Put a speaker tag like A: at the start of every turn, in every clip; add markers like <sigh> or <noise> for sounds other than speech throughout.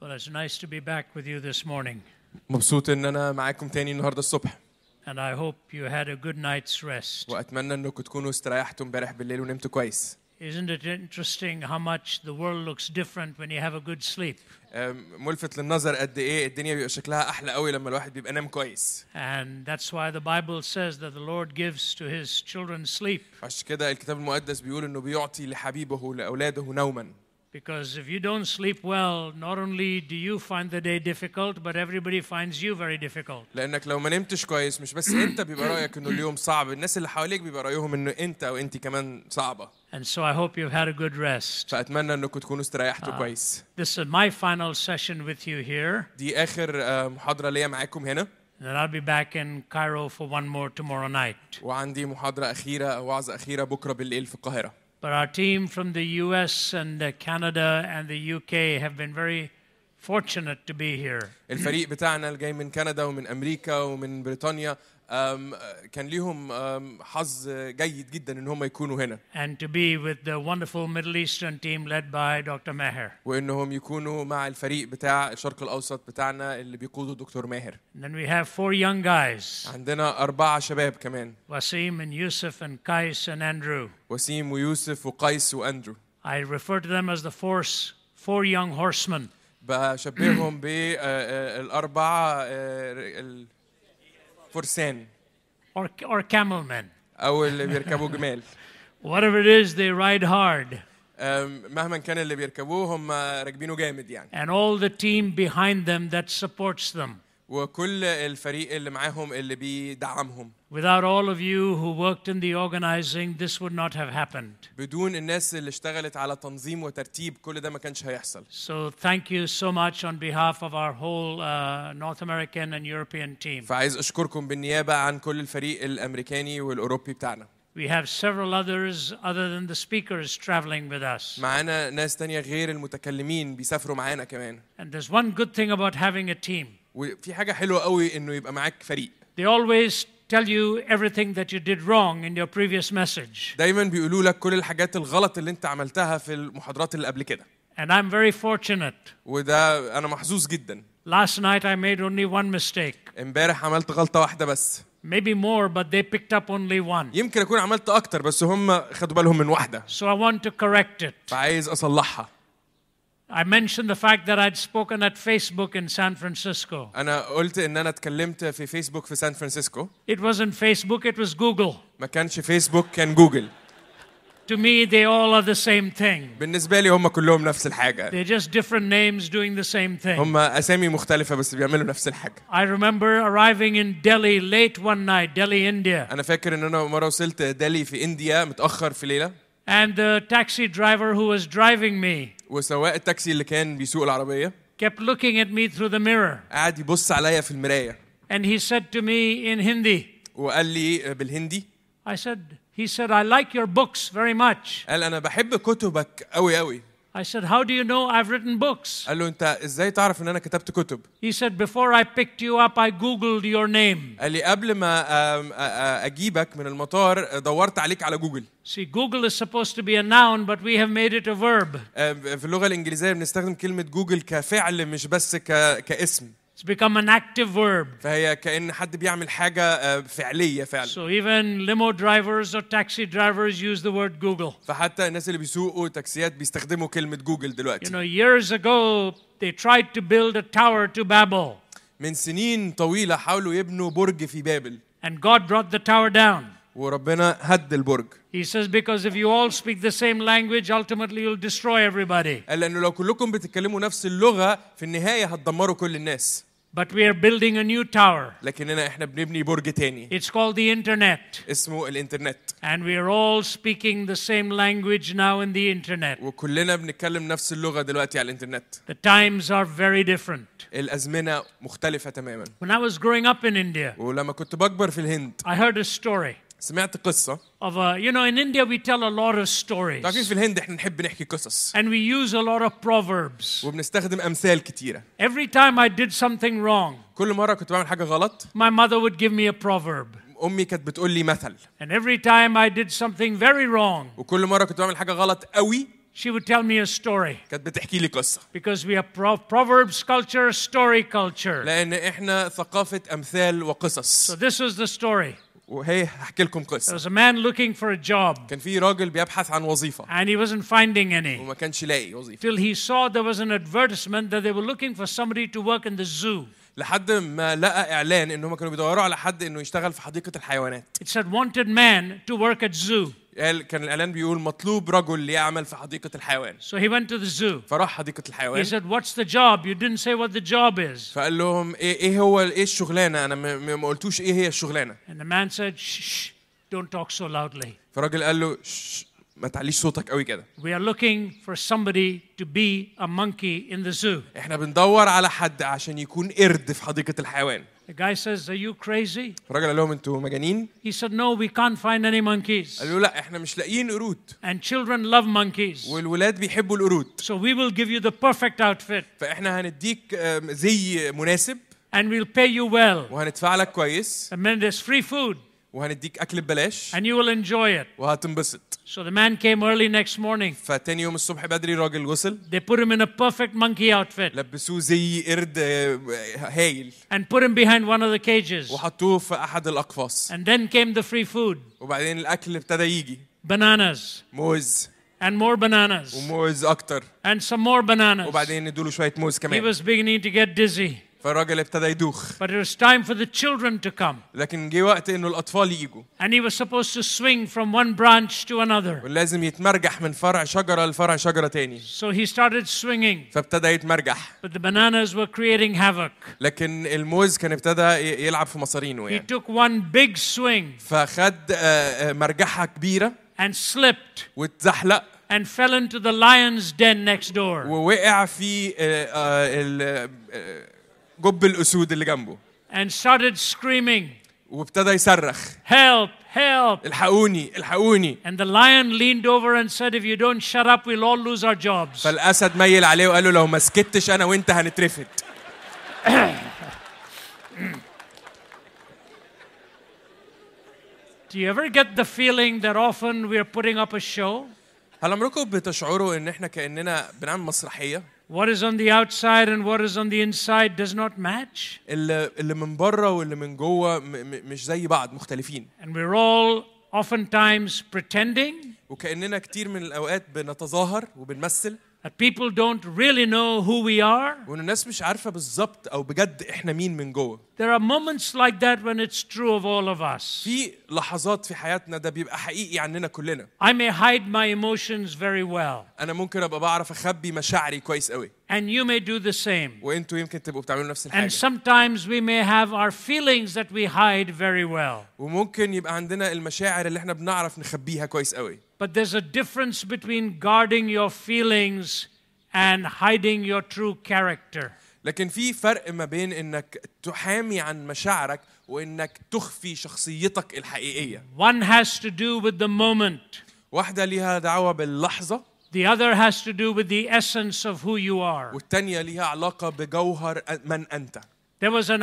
A: Well, it's nice to be back with you this morning,
B: مبسوط ان انا معاكم تاني النهارده الصبح
A: and I hope you had a good night's rest.
B: واتمنى انكم تكونوا استريحتوا امبارح بالليل ونمتوا كويس
A: Isn't it interesting how much the world looks different when you have a good sleep?
B: أم، ملفت للنظر قد ايه الدنيا بيبقى شكلها احلى قوي لما الواحد بيبقى نام كويس
A: And that's why the Bible says that the Lord gives to his children sleep.
B: عشان كده الكتاب المقدس بيقول انه بيعطي لحبيبه لاولاده نوما
A: Because if you don't sleep well, not only do you find the day difficult, but everybody finds you very difficult.
B: لانك لو ما نمتش كويس مش بس <coughs> انت بيبقى رايك انه اليوم صعب الناس اللي حواليك بيبقى رايهم انه انت وانت كمان صعبه
A: And so I hope you've had a good rest.
B: فاتمنى انكم تكونوا استريحتوا كويس
A: This is my final session with you here,
B: دي اخر آه، محاضره ليا معاكم هنا
A: and then I'll be back in Cairo for one more tomorrow night.
B: وعندي محاضره اخيره او وعظه اخيره بكره بالليل في القاهره
A: But our team from the US and uh, Canada and the UK have been very fortunate to be here.
B: الفريق بتاعنا اللي جاي من كندا ومن امريكا ومن بريطانيا أم، كان ليهم أم، حظ جيد جدا ان هم يكونوا هنا
A: and to be with the wonderful Middle Eastern team led by Dr. Meher.
B: وانهم يكونوا مع الفريق بتاع الشرق الاوسط بتاعنا اللي بيقوده دكتور ماهر
A: And then we have four young guys,
B: عندنا أربعة شباب كمان
A: Wasim and Yusuf and Kais and Andrew.
B: وسيم ويوسف وقيس وأندرو
A: I refer to them as the force, four young horsemen.
B: بشبههم آه، بالأربعة الفرسان
A: Or, or camel men.
B: أو اللي بيركبوا جمال
A: Whatever it is, they ride hard.
B: أم، مهما كان اللي بيركبوه هم راكبينه جامد يعني
A: And all the team behind them that supports them.
B: وكل الفريق اللي معاهم اللي بيدعمهم
A: Without all of you who worked in the organizing, this would not have happened.
B: بدون الناس اللي اشتغلت على تنظيم وترتيب كل ده ما كانش هيحصل
A: So thank you so much on behalf of our whole uh, North American and European team.
B: فعايز اشكركم بالنيابه عن كل الفريق الامريكاني والاوروبي بتاعنا
A: We have several others other than the speakers traveling with us.
B: معانا ناس تانية غير المتكلمين بيسافروا معانا كمان
A: And there's one good thing about having a team.
B: وفي حاجه حلوه قوي انه يبقى معاك فريق
A: They always tell you everything that you did wrong in your previous message.
B: دايما بيقولوا لك كل الحاجات الغلط اللي انت عملتها في المحاضرات اللي قبل كده
A: And I'm very fortunate.
B: وده انا محظوظ جدا
A: Last night I made only one mistake,
B: امبارح عملت غلطه واحده بس
A: maybe more, but they picked up only one.
B: يمكن اكون عملت اكتر بس هم خدوا بالهم من واحده
A: So I want to correct it.
B: فعايز اصلحها
A: I mentioned the fact that I'd spoken at Facebook in San Francisco.
B: انا قلت ان انا اتكلمت في فيسبوك في سان فرانسيسكو
A: It wasn't Facebook, it was Google.
B: ما كانش فيسبوك كان جوجل
A: To me, they all are the same thing.
B: بالنسبه لي هم كلهم نفس الحاجه
A: They're just different names doing the same thing.
B: هم اسامي مختلفه بس بيعملوا نفس الحاجه
A: I remember arriving in Delhi late one night, Delhi, India,
B: انا فاكر ان انا مره وصلت دالي في انديا متاخر في ليله
A: and the taxi driver who was driving me
B: وسواق التاكسي اللي كان بيسوق العربيه
A: kept looking at me through the mirror.
B: قعد يبص عليا في المرايه
A: And he said to me in Hindi,
B: وقال لي بالهندي
A: I said, he said, I like your books very much.
B: قال انا بحب كتبك قوي قوي
A: I said, How do you know I've written books?
B: قال له انت ازاي تعرف ان انا كتبت كتب
A: He said, Before I picked you up, I Googled your name.
B: قال لي قبل ما آم، آ- آ- اجيبك من المطار دورت عليك على جوجل
A: See, Google is supposed to be a noun, but we have made it a verb.
B: آم، آه، في اللغه الانجليزيه بنستخدم كلمه جوجل كفعل مش بس ك... كاسم
A: It's become an active verb.
B: فهي كان حد بيعمل حاجه آه، فعليه فعلا
A: So even limo drivers or taxi drivers use the word Google.
B: فحتى الناس اللي بيسوقوا تاكسيات بيستخدموا كلمه جوجل
A: You
B: دلوقتي
A: know, years ago, they tried to build a tower to Babel,
B: من سنين طويله حاولوا يبنوا برج في بابل
A: and God brought the tower down.
B: وربنا هد البرج
A: He says, Because if you all speak the same language, ultimately you'll destroy everybody.
B: قال لانه لو كلكم بتتكلموا نفس اللغه في النهايه هتدمروا كل الناس
A: But we are building a new tower.
B: لكننا احنا بنبني برج تاني
A: It's called the internet.
B: اسمه الانترنت
A: And we are all speaking the same language now in the internet.
B: وكلنا بنتكلم نفس اللغه دلوقتي على الانترنت
A: The times are very different.
B: الازمنه مختلفه تماما
A: When I was growing up in India,
B: ولما كنت بكبر في الهند
A: I heard a story
B: سمعت قصه
A: of a, you know, in India we tell a lot of
B: تعرفين
A: stories.
B: في الهند احنا نحب نحكي قصص
A: And we use a lot of proverbs.
B: وبنستخدم امثال كتيره
A: Every time I did something wrong,
B: كل مره كنت بعمل حاجه غلط
A: my mother would give me a proverb.
B: امي كانت بتقول لي مثل
A: And every time I did something very wrong,
B: وكل مره كنت بعمل حاجه غلط قوي
A: she would tell me a story
B: كانت بتحكي لي قصه
A: because we are pro- proverbs culture, story culture.
B: لان احنا ثقافه امثال وقصص
A: So this was the story.
B: وهي هحكي لكم
A: There
B: قصه
A: was a man looking for a job
B: كان في راجل بيبحث عن وظيفه
A: and he wasn't finding any
B: وما كانش لاقي وظيفه
A: till he saw there was an advertisement that they were looking for somebody to work in the zoo.
B: لحد ما لقى اعلان ان هم كانوا بيدوروا على حد انه يشتغل في حديقه الحيوانات
A: It said wanted man to work at zoo.
B: قال كان الاعلان بيقول مطلوب رجل ليعمل في حديقه الحيوان
A: So he went to the zoo.
B: فراح حديقه
A: He
B: الحيوان
A: said, "What's the job? You didn't say what the job is."
B: فقال لهم ايه ايه هو ايه الشغلانه انا ما- ما ما قلتوش ايه هي الشغلانه
A: And the man said, "Shh, shh, don't talk so loudly.
B: فالراجل قال له "شش، ما تعليش صوتك قوي كده
A: We are looking for somebody to be a monkey in the zoo."
B: احنا بندور على حد عشان يكون قرد في حديقه الحيوان
A: The guy says, "Are you crazy?"
B: الراجل قال لهم انتوا مجانين
A: He said, "No, we can't find any monkeys."
B: قالوا لا احنا مش لاقيين قرود
A: And children love monkeys.
B: والولاد بيحبوا القرود
A: So we will give you the perfect outfit
B: فاحنا هنديك آم، زي مناسب
A: and we'll pay you well.
B: وهندفع لك كويس
A: And then there's free food
B: وهنديك اكل ببلاش
A: and you will enjoy it.
B: وهتنبسط
A: So the man came early next morning.
B: فتاني يوم الصبح بدري راجل وصل
A: They put him in a perfect monkey outfit
B: لبسوه زي قرد آم، هايل
A: and put him behind one of the cages.
B: وحطوه في احد الاقفاص
A: And then came the free food
B: وبعدين الاكل ابتدى يجي
A: bananas
B: موز
A: and more bananas
B: وموز اكتر
A: and some more bananas.
B: وبعدين ادوله شويه موز
A: He
B: كمان
A: was beginning to get dizzy,
B: فالراجل ابتدى يدوخ
A: but it was time for the children to come.
B: لكن جه وقت انه الاطفال يجوا
A: And he was supposed to swing from one branch to another.
B: ولازم يتمرجح من فرع شجره لفرع شجره تاني
A: So he started swinging,
B: فابتدى يتمرجح
A: but the bananas were creating havoc.
B: لكن الموز كان ابتدى ي- يلعب في مصارينه
A: He
B: يعني
A: took one big swing
B: فخد آه، آه، مرجحه كبيره
A: and slipped
B: واتزحلق
A: and fell into the lion's den next door.
B: ووقع في آه، آه، ال- آه، جب الاسود اللي جنبه
A: and started screaming,
B: وابتدى يصرخ
A: Help, help.
B: الحقوني الحقوني
A: And the lion leaned over and said, If you don't shut up, we'll all lose our jobs.
B: فالاسد ميل عليه وقال له لو ما سكتش انا وانت هنترفد
A: Do you ever get the feeling that often we are putting up a show?
B: هل عمركم بتشعروا ان احنا كاننا بنعمل مسرحيه
A: What is on the outside and what is on the inside does not match?
B: اللي اللي من بره واللي من جوه م- م- مش زي بعض مختلفين
A: And we're all oftentimes pretending
B: وكاننا كتير من الاوقات بنتظاهر وبنمثل
A: that people don't really know who we are.
B: وان الناس مش عارفه بالظبط او بجد احنا مين من جوه
A: There are moments like that when it's true of all of us.
B: في لحظات في حياتنا ده بيبقى حقيقي عننا كلنا
A: I may hide my emotions very well,
B: انا ممكن ابقى بعرف اخبي مشاعري كويس قوي
A: and you may do the same.
B: وانتوا يمكن تبقوا بتعملوا نفس
A: And
B: الحاجه
A: sometimes we may have our feelings that we hide very well.
B: وممكن يبقى عندنا المشاعر اللي احنا بنعرف نخبيها كويس قوي
A: But there's a difference between guarding your feelings and hiding your true character.
B: لكن في فرق ما بين انك تحامي عن مشاعرك وانك تخفي شخصيتك الحقيقيه
A: One has to do with the moment,
B: واحده ليها دعوه باللحظه
A: the other has to do with the essence of who you are.
B: والتانيه ليها علاقه بجوهر من انت
A: There was an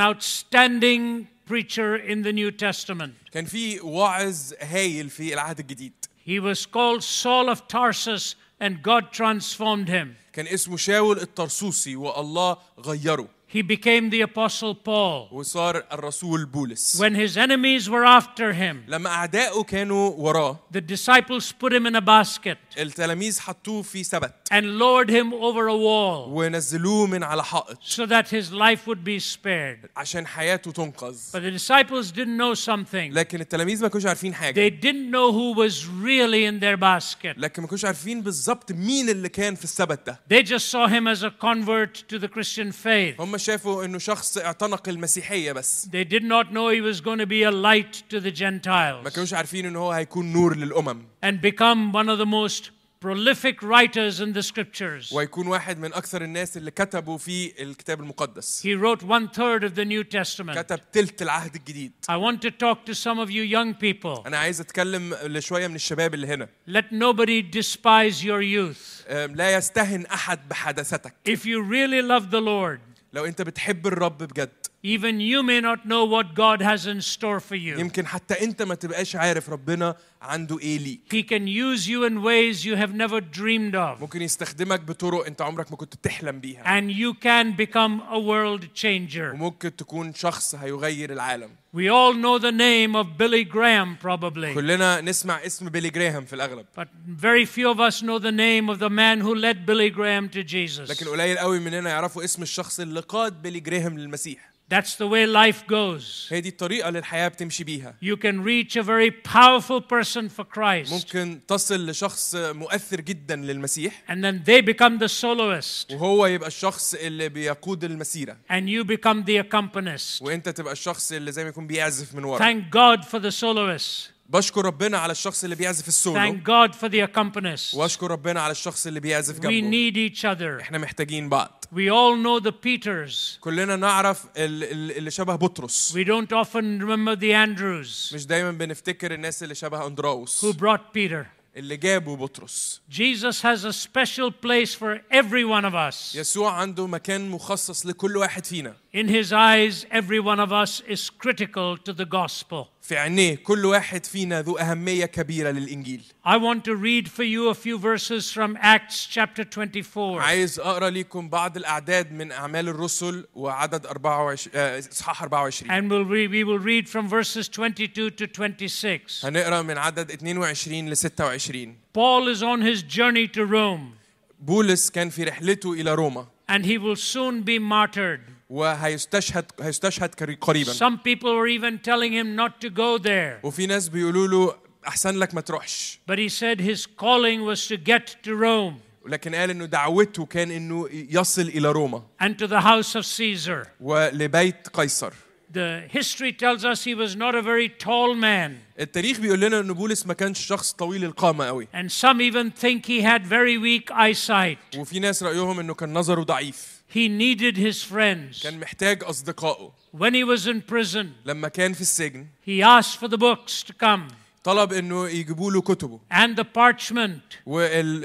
A: outstanding preacher in the New Testament.
B: كان في واعظ هايل في العهد الجديد
A: He was called Saul of Tarsus, and God transformed him.
B: كان اسمه شاول الطرسوسي والله غيره
A: He became the Apostle Paul.
B: وصار الرسول بولس
A: When his enemies were after him,
B: لما اعدائه كانوا وراه
A: the disciples put him in a basket
B: التلاميذ حطوه في سبت
A: and lowered him over a wall
B: ونزلوه من على حائط
A: so that his life would be spared.
B: عشان حياته تنقذ
A: But the disciples didn't know something.
B: لكن التلاميذ ما كانوش عارفين حاجه
A: They didn't know who was really in their basket.
B: لكن ما كانوش عارفين بالظبط مين اللي كان في السبت ده
A: They just saw him as a convert to the Christian faith.
B: هم شافوا انه شخص اعتنق المسيحيه بس
A: They did not know he was going to be a light to the
B: ما
A: Gentiles
B: كانوش عارفين ان هو هيكون نور للامم
A: and become one of the most prolific writers in the scriptures.
B: ويكون واحد من اكثر الناس اللي كتبوا في الكتاب المقدس
A: He wrote one third of the New Testament.
B: كتب تلت العهد الجديد
A: I want to talk to some of you young people.
B: انا عايز اتكلم لشويه من الشباب اللي هنا
A: Let nobody despise your youth.
B: أم، لا يستهن احد بحدثتك
A: If you really love the Lord,
B: لو انت بتحب الرب بجد
A: Even you may not know what God has in store for you.
B: يمكن حتى انت ما تبقاش عارف ربنا عنده ايه ليك
A: He can use you in ways you have never dreamed of.
B: ممكن يستخدمك بطرق انت عمرك ما كنت بتحلم بيها
A: And you can become a world changer.
B: وممكن تكون شخص هيغير العالم
A: We all know the name of Billy Graham, probably.
B: كلنا نسمع اسم بيلي جراهام في الاغلب
A: But very few of us know the name of the man who led Billy Graham to Jesus.
B: لكن قليل قوي مننا يعرفوا اسم الشخص اللي قاد بيلي جراهام للمسيح
A: That's the way life goes.
B: هي دي الطريقه اللي الحياه بتمشي بيها
A: You can reach a very powerful person for Christ,
B: ممكن تصل لشخص مؤثر جدا للمسيح
A: and then they become the soloist,
B: وهو يبقى الشخص اللي بيقود المسيره
A: and you become the accompanist.
B: وانت تبقى الشخص اللي زي ما يكون بيعزف من ورا
A: Thank God for the soloist.
B: بشكر ربنا على الشخص اللي بيعزف السولو
A: Thank God for the accompanist.
B: واشكر ربنا على الشخص اللي بيعزف
A: We
B: جنبه
A: need each other.
B: احنا محتاجين بعض
A: We all know the Peters.
B: كلنا نعرف ال- ال- اللي شبه بطرس
A: We don't often remember the Andrews
B: مش دايما بنفتكر الناس اللي شبه اندراوس
A: who brought Peter.
B: اللي جابوا بطرس
A: Jesus has a special place for every one of us.
B: يسوع عنده مكان مخصص لكل واحد فينا
A: In his eyes, every one of us is critical to the gospel.
B: في عينيه كل واحد فينا ذو أهمية كبيرة للإنجيل
A: I want to read for you a few verses from Acts chapter 24.
B: عايز أقرأ لكم بعض الأعداد من أعمال الرسل وعدد 24 آه، إصحاح 24
A: And we'll re- we will read from verses 22 to 26.
B: هنقرأ من عدد 22 ل 26
A: Paul is on his journey to Rome,
B: بولس كان في رحلته إلى روما
A: and he will soon be martyred.
B: وهيستشهد هيستشهد قري- قريبا
A: Some people were even telling him not to go there.
B: وفي ناس بيقولوا له أحسن لك ما تروحش
A: But he said his calling was to get to Rome
B: لكن قال إنه دعوته كان إنه يصل إلى روما
A: and to the house of Caesar.
B: ولبيت قيصر
A: The history tells us he was not a very tall man,
B: التاريخ بيقول لنا ان بولس ما كانش شخص طويل القامه قوي
A: and some even think he had very weak eyesight.
B: وفي ناس رايهم انه كان نظره ضعيف
A: He needed his friends.
B: كان محتاج اصدقائه
A: When he was in prison,
B: لما كان في السجن
A: he asked for the books to come
B: طلب انه يجيبوا له كتبه
A: and the parchment,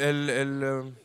B: والملفات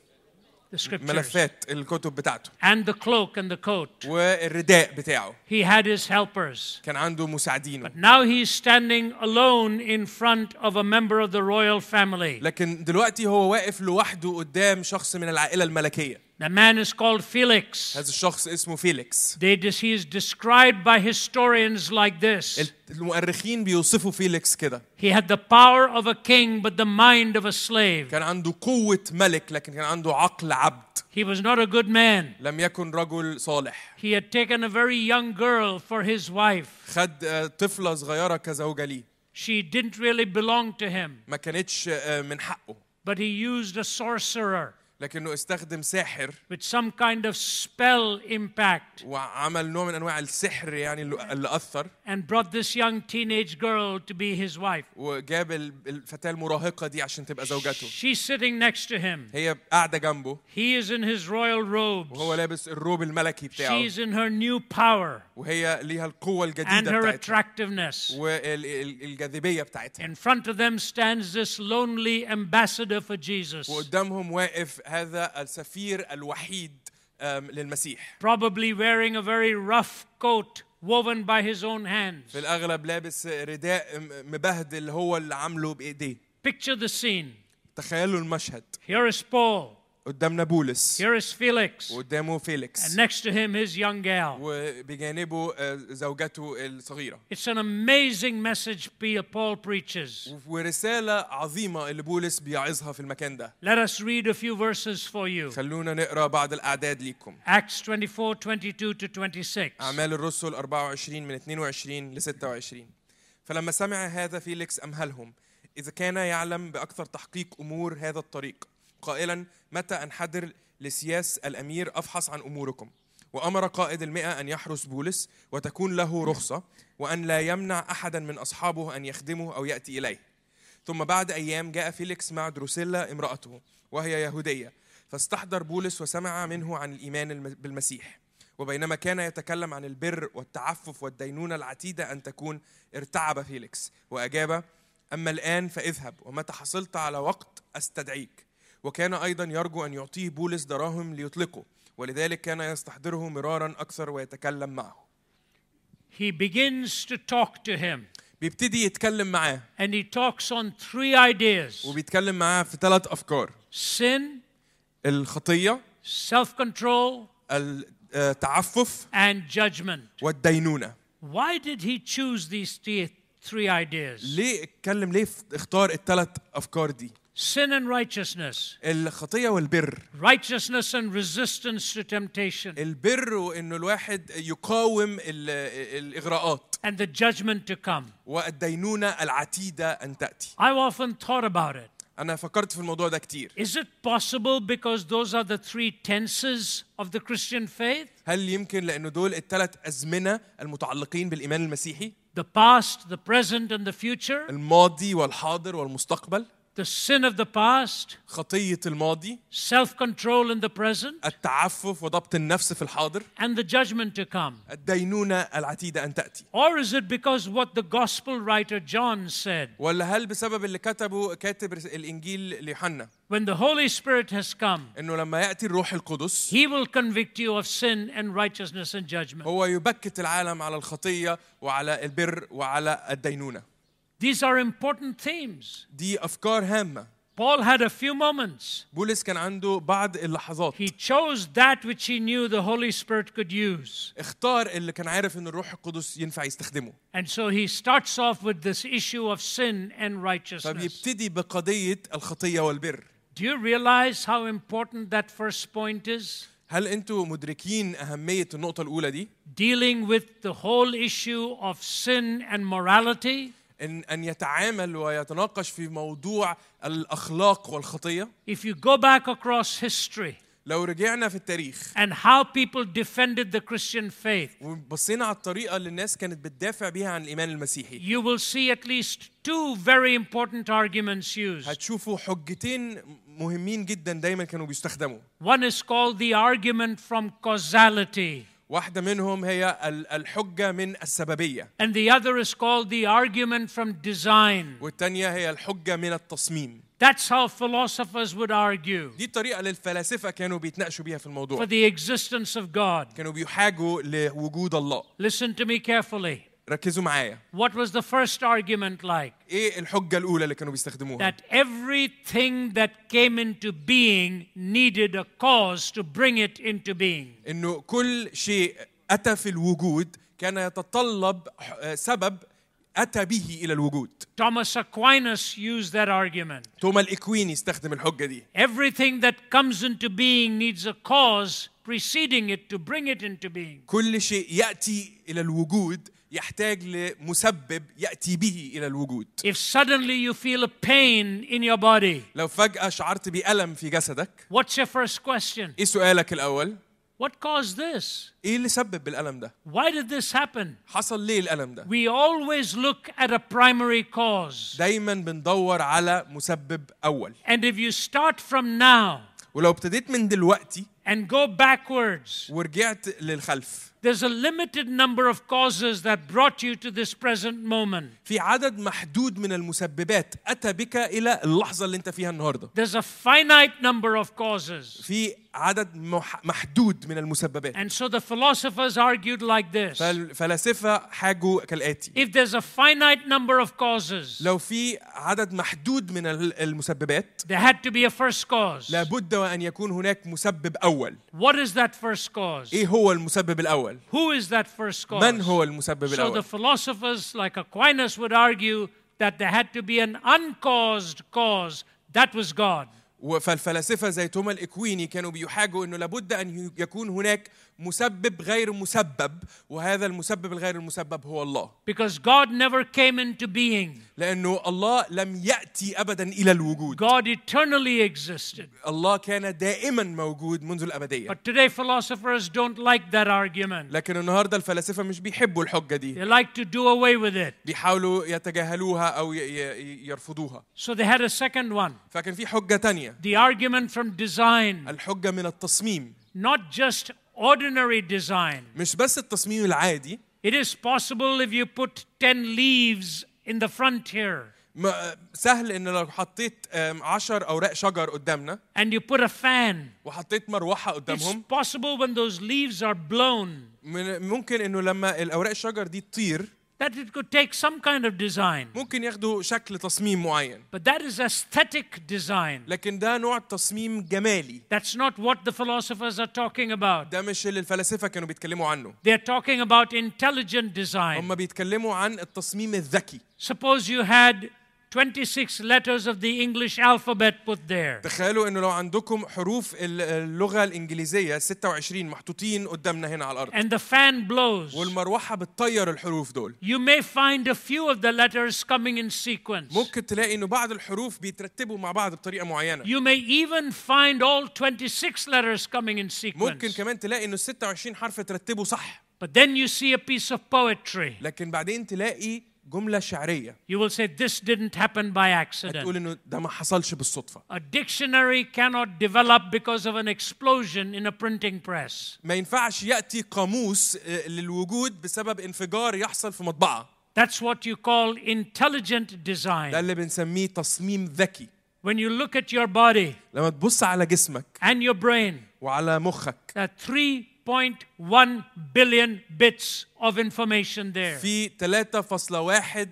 A: the scriptures,
B: الكتب بتاعته
A: and the cloak and the coat.
B: والرداء بتاعه
A: He had his helpers.
B: كان عنده مساعدينه
A: Now he's standing alone in front of a member of the royal family.
B: لكن دلوقتي هو واقف لوحده قدام شخص من العائله الملكيه
A: The man is called Felix.
B: هذا الشخص اسمه فيليكس
A: They, dis- he is described by historians like this.
B: ال- المؤرخين بيوصفوا فيليكس كده
A: He had the power of a king, but the mind of a slave.
B: كان عنده قوه ملك لكن كان عنده عقل عبد
A: He was not a good man.
B: لم يكن رجل صالح
A: He had taken a very young girl for his wife.
B: خد آه، طفلة صغيرة كزوجة ليه
A: She didn't really belong to him,
B: ما كانتش آه، من حقه
A: but he used a sorcerer
B: لكنه استخدم ساحر
A: with some kind of spell impact
B: وعمل نوع من أنواع السحر يعني اللي اللي أثر
A: and brought this young teenage girl to be his wife.
B: وجاب ال- الفتاة المراهقة دي عشان تبقى زوجته
A: She's sitting next to him.
B: هي قاعدة جنبه
A: He is in his royal robes.
B: وهو لابس الروب الملكي بتاعه
A: She's in her new power
B: وهي ليها القوة
A: and
B: الجديدة
A: her
B: بتاعتها
A: attractiveness.
B: والجاذبية بتاعتها
A: In front of them stands this lonely ambassador for Jesus,
B: وقدامهم واقف هذا السفير الوحيد آم، للمسيح
A: probably wearing a very rough coat woven by his own hands.
B: في الأغلب لابس رداء م- مبهدل هو اللي عامله بإيديه
A: Picture the scene.
B: تخيلوا المشهد
A: Here is Paul,
B: قدامنا بولس
A: here is Felix,
B: وقدامه فيليكس
A: and next to him his young gal.
B: وبجانبه آه، زوجته الصغيره
A: It's an amazing message P- Paul preaches.
B: ورساله عظيمه اللي بولس بيعظها في المكان ده
A: Let us read a few verses for you.
B: خلونا نقرا بعض الاعداد ليكم
A: Acts 24, 22 to 26.
B: اعمال الرسل 24 من 22 ل 26 فلما سمع هذا فيليكس امهلهم اذا كان يعلم باكثر تحقيق امور هذا الطريق قائلا متى انحدر لسياس الامير افحص عن اموركم وامر قائد المئة ان يحرس بولس وتكون له رخصه وان لا يمنع احدا من اصحابه ان يخدمه او ياتي اليه ثم بعد أيام جاء فيليكس مع دروسيلا امرأته وهي يهودية فاستحضر بولس وسمع منه عن الإيمان الم- بالمسيح وبينما كان يتكلم عن البر والتعفف والدينونة العتيدة أن تكون ارتعب فيليكس وأجاب أما الآن فاذهب ومتى حصلت على وقت أستدعيك وكان أيضا يرجو أن يعطيه بولس دراهم ليطلقه ولذلك كان يستحضره مرارا أكثر ويتكلم معه
A: he begins to talk to him.
B: بيبتدي يتكلم معاه
A: And he talks on three ideas
B: وبيتكلم معاه في ثلاث افكار
A: sin,
B: الخطيه
A: self control,
B: التعفف
A: and judgment.
B: والدينونه
A: Why did he choose these three, three ideas?
B: ليه اتكلم ليه اختار الثلاث افكار دي
A: Sin and righteousness,
B: الخطيه والبر
A: righteousness and resistance to temptation,
B: البر وانه الواحد يقاوم ال- الاغراءات
A: and the judgment to come.
B: والدينونه العتيده ان تاتي
A: I've often thought about it.
B: انا فكرت في الموضوع ده كتير
A: Is it possible because those are the three tenses of the Christian faith?
B: هل يمكن لانه دول الثلاث ازمنه المتعلقين بالايمان المسيحي
A: The past, the present, and the future.
B: الماضي والحاضر والمستقبل
A: The sin of the past,
B: خطيه الماضي
A: self control in the present,
B: التعفف وضبط النفس في الحاضر
A: and the judgment to come.
B: الدينونه العتيده ان تاتي
A: Or is it because what the gospel writer John said?
B: ولا هل بسبب اللي كتبه كاتب رس- الانجيل ليوحنا
A: When the Holy Spirit has come,
B: انه لما ياتي الروح القدس
A: He will convict you of sin and righteousness and judgment.
B: هو يبكت العالم على الخطيه وعلى البر وعلى الدينونه
A: These are important themes.
B: دي افكار هامه
A: Paul had a few moments.
B: بولس كان عنده بعض اللحظات
A: He chose that which he knew the Holy Spirit could use.
B: اختار اللي كان عارف ان الروح القدس ينفع يستخدمه
A: And so he starts off with this issue of sin and righteousness.
B: فبيبتدي بقضيه الخطيه والبر
A: Do you realize how important that first point is?
B: هل انتوا مدركين اهميه النقطه الاولى دي
A: Dealing with the whole issue of sin and morality.
B: ان ان يتعامل ويتناقش في موضوع الاخلاق والخطيه
A: If you go back across history
B: لو رجعنا في التاريخ
A: and how people defended the Christian faith,
B: وبصينا على الطريقه اللي الناس كانت بتدافع بيها عن الايمان المسيحي
A: you will see at least two very important arguments used.
B: هتشوفوا حجتين مهمين جدا دايما كانوا بيستخدموا
A: One is called the argument from causality,
B: واحده منهم هي ال- الحجه من السببيه
A: and the other is called the argument from design.
B: والتانية هي الحجة من التصميم
A: That's how philosophers would argue
B: دي الطريقة اللي الفلاسفة كانوا بيتناقشوا بيها في
A: for
B: الموضوع
A: the existence of God.
B: كانوا بيحاجوا لوجود الله
A: Listen to me carefully.
B: ركزوا معايا
A: What was the first argument like?
B: ايه الحجة الأولى اللي كانوا بيستخدموها
A: That everything that came into being needed a cause to bring it into being.
B: انه كل شيء أتى في الوجود كان يتطلب ح- آه، سبب أتى به إلى الوجود
A: Thomas Aquinas used that argument.
B: توما الإكويني استخدم الحجة دي
A: Everything that comes into being needs a cause preceding it to bring it into being.
B: كل شيء يأتي إلى الوجود يحتاج لمسبب يأتي به إلى الوجود
A: If suddenly you feel a pain in your body,
B: لو فجأة شعرت بألم في جسدك
A: what's your first question?
B: ايه سؤالك الأول؟
A: What caused this?
B: ايه اللي سبب الألم ده؟
A: Why did this happen?
B: حصل ليه الالم ده
A: We always look at a primary cause.
B: دايما بندور على مسبب اول
A: And if you start from now
B: ولو ابتديت من دلوقتي
A: and go backwards,
B: ورجعت للخلف
A: there's a limited number of causes that brought you to this present moment.
B: في عدد محدود من المسببات اتى بك الى اللحظه اللي انت فيها النهارده
A: There's a finite number of causes.
B: في عدد مح- محدود من المسببات
A: And so the philosophers argued like this
B: فالفلاسفه حاجوا كالاتي
A: If there's a finite number of causes,
B: لو في عدد محدود من ال- المسببات
A: there had to be a first cause.
B: لابد وان يكون هناك مسبب اول
A: What is that first cause?
B: ايه هو المسبب الاول
A: Who is that first cause?
B: من هو المسبب
A: So the
B: الاول
A: philosophers, like Aquinas, would argue that there had to be an uncaused cause. That was God.
B: و- فالفلاسفه زي توما الاكويني كانوا بيحاجوا انه لابد ان ي- يكون هناك مسبب غير مسبب وهذا المسبب الغير المسبب هو الله
A: Because God never came into being,
B: لانه الله لم ياتي ابدا الى الوجود
A: God eternally existed.
B: الله كان دائما موجود منذ الابديه
A: But today, philosophers don't like that argument,
B: لكن النهارده الفلاسفه مش بيحبوا الحجه دي
A: they like to do away with it.
B: بيحاولوا يتجاهلوها او ي- ي- يرفضوها
A: So they had a second one.
B: فكان في حجه تانية
A: the argument from design,
B: الحجه من التصميم
A: not just ordinary design.
B: مش بس التصميم العادي
A: It is possible if you put 10 leaves in the front here
B: ما- سهل ان لو حطيت آم، عشر اوراق شجر قدامنا
A: and you put a fan,
B: وحطيت مروحه
A: it's
B: قدامهم
A: possible when those leaves are blown
B: من- ممكن انه لما الاوراق الشجر دي تطير
A: that it could take some kind of design.
B: ممكن ياخدوا شكل تصميم معين
A: But that is aesthetic design.
B: لكن ده نوع تصميم جمالي
A: That's not what the philosophers are talking about.
B: ده مش اللي الفلاسفه كانوا بيتكلموا عنه
A: They're talking about intelligent
B: هم
A: design.
B: بيتكلموا عن التصميم الذكي
A: Suppose you had 26 letters of the English alphabet put there.
B: تخيلوا انه لو عندكم حروف ال- اللغه الانجليزيه 26 محطوطين قدامنا هنا على الارض
A: and the fan blows,
B: والمروحه بتطير الحروف دول
A: you may find a few of the letters coming in sequence.
B: ممكن تلاقي انه بعض الحروف بيترتبوا مع بعض بطريقه معينه
A: You may even find all 26 letters coming in
B: ممكن
A: sequence.
B: كمان تلاقي انه 26 حرف ترتبوا صح
A: But then you see a piece of poetry.
B: لكن بعدين تلاقي جمله شعريه
A: You will say, This didn't happen by accident.
B: تقول انه ده ما حصلش بالصدفه
A: A dictionary cannot develop because of an explosion in a printing press.
B: ما ينفعش ياتي قاموس آه، للوجود بسبب انفجار يحصل في مطبعه
A: That's what you call intelligent
B: ده
A: design.
B: اللي بنسميه تصميم ذكي
A: When you look at your body
B: لما تبص على جسمك
A: and your brain,
B: وعلى مخك
A: there are 3.1 billion bits of information there.
B: في 3.1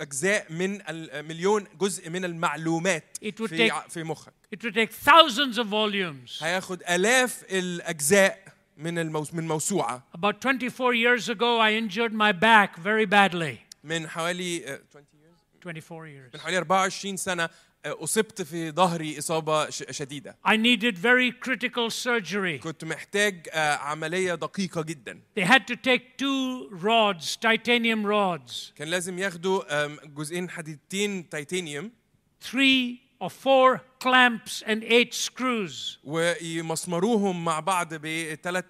B: اجزاء من المليون جزء من المعلومات
A: It would
B: في
A: take-
B: ع- في مخك
A: It would take thousands of volumes.
B: هياخد الاف الاجزاء من الموس... من موسوعه
A: About 24 years ago, I injured my back very badly.
B: من حوالي آه، 20 years؟
A: 24 years.
B: من حوالي 24 سنه آه، اصبت في ظهري اصابه ش... شديده
A: I needed very critical surgery.
B: كنت محتاج آه، عمليه دقيقه جدا
A: They had to take two rods, titanium rods,
B: كان لازم ياخدوا آم، جزئين حديدتين تيتانيوم
A: three or four clamps and eight screws.
B: ويمسمروهم مع بعض بثلاث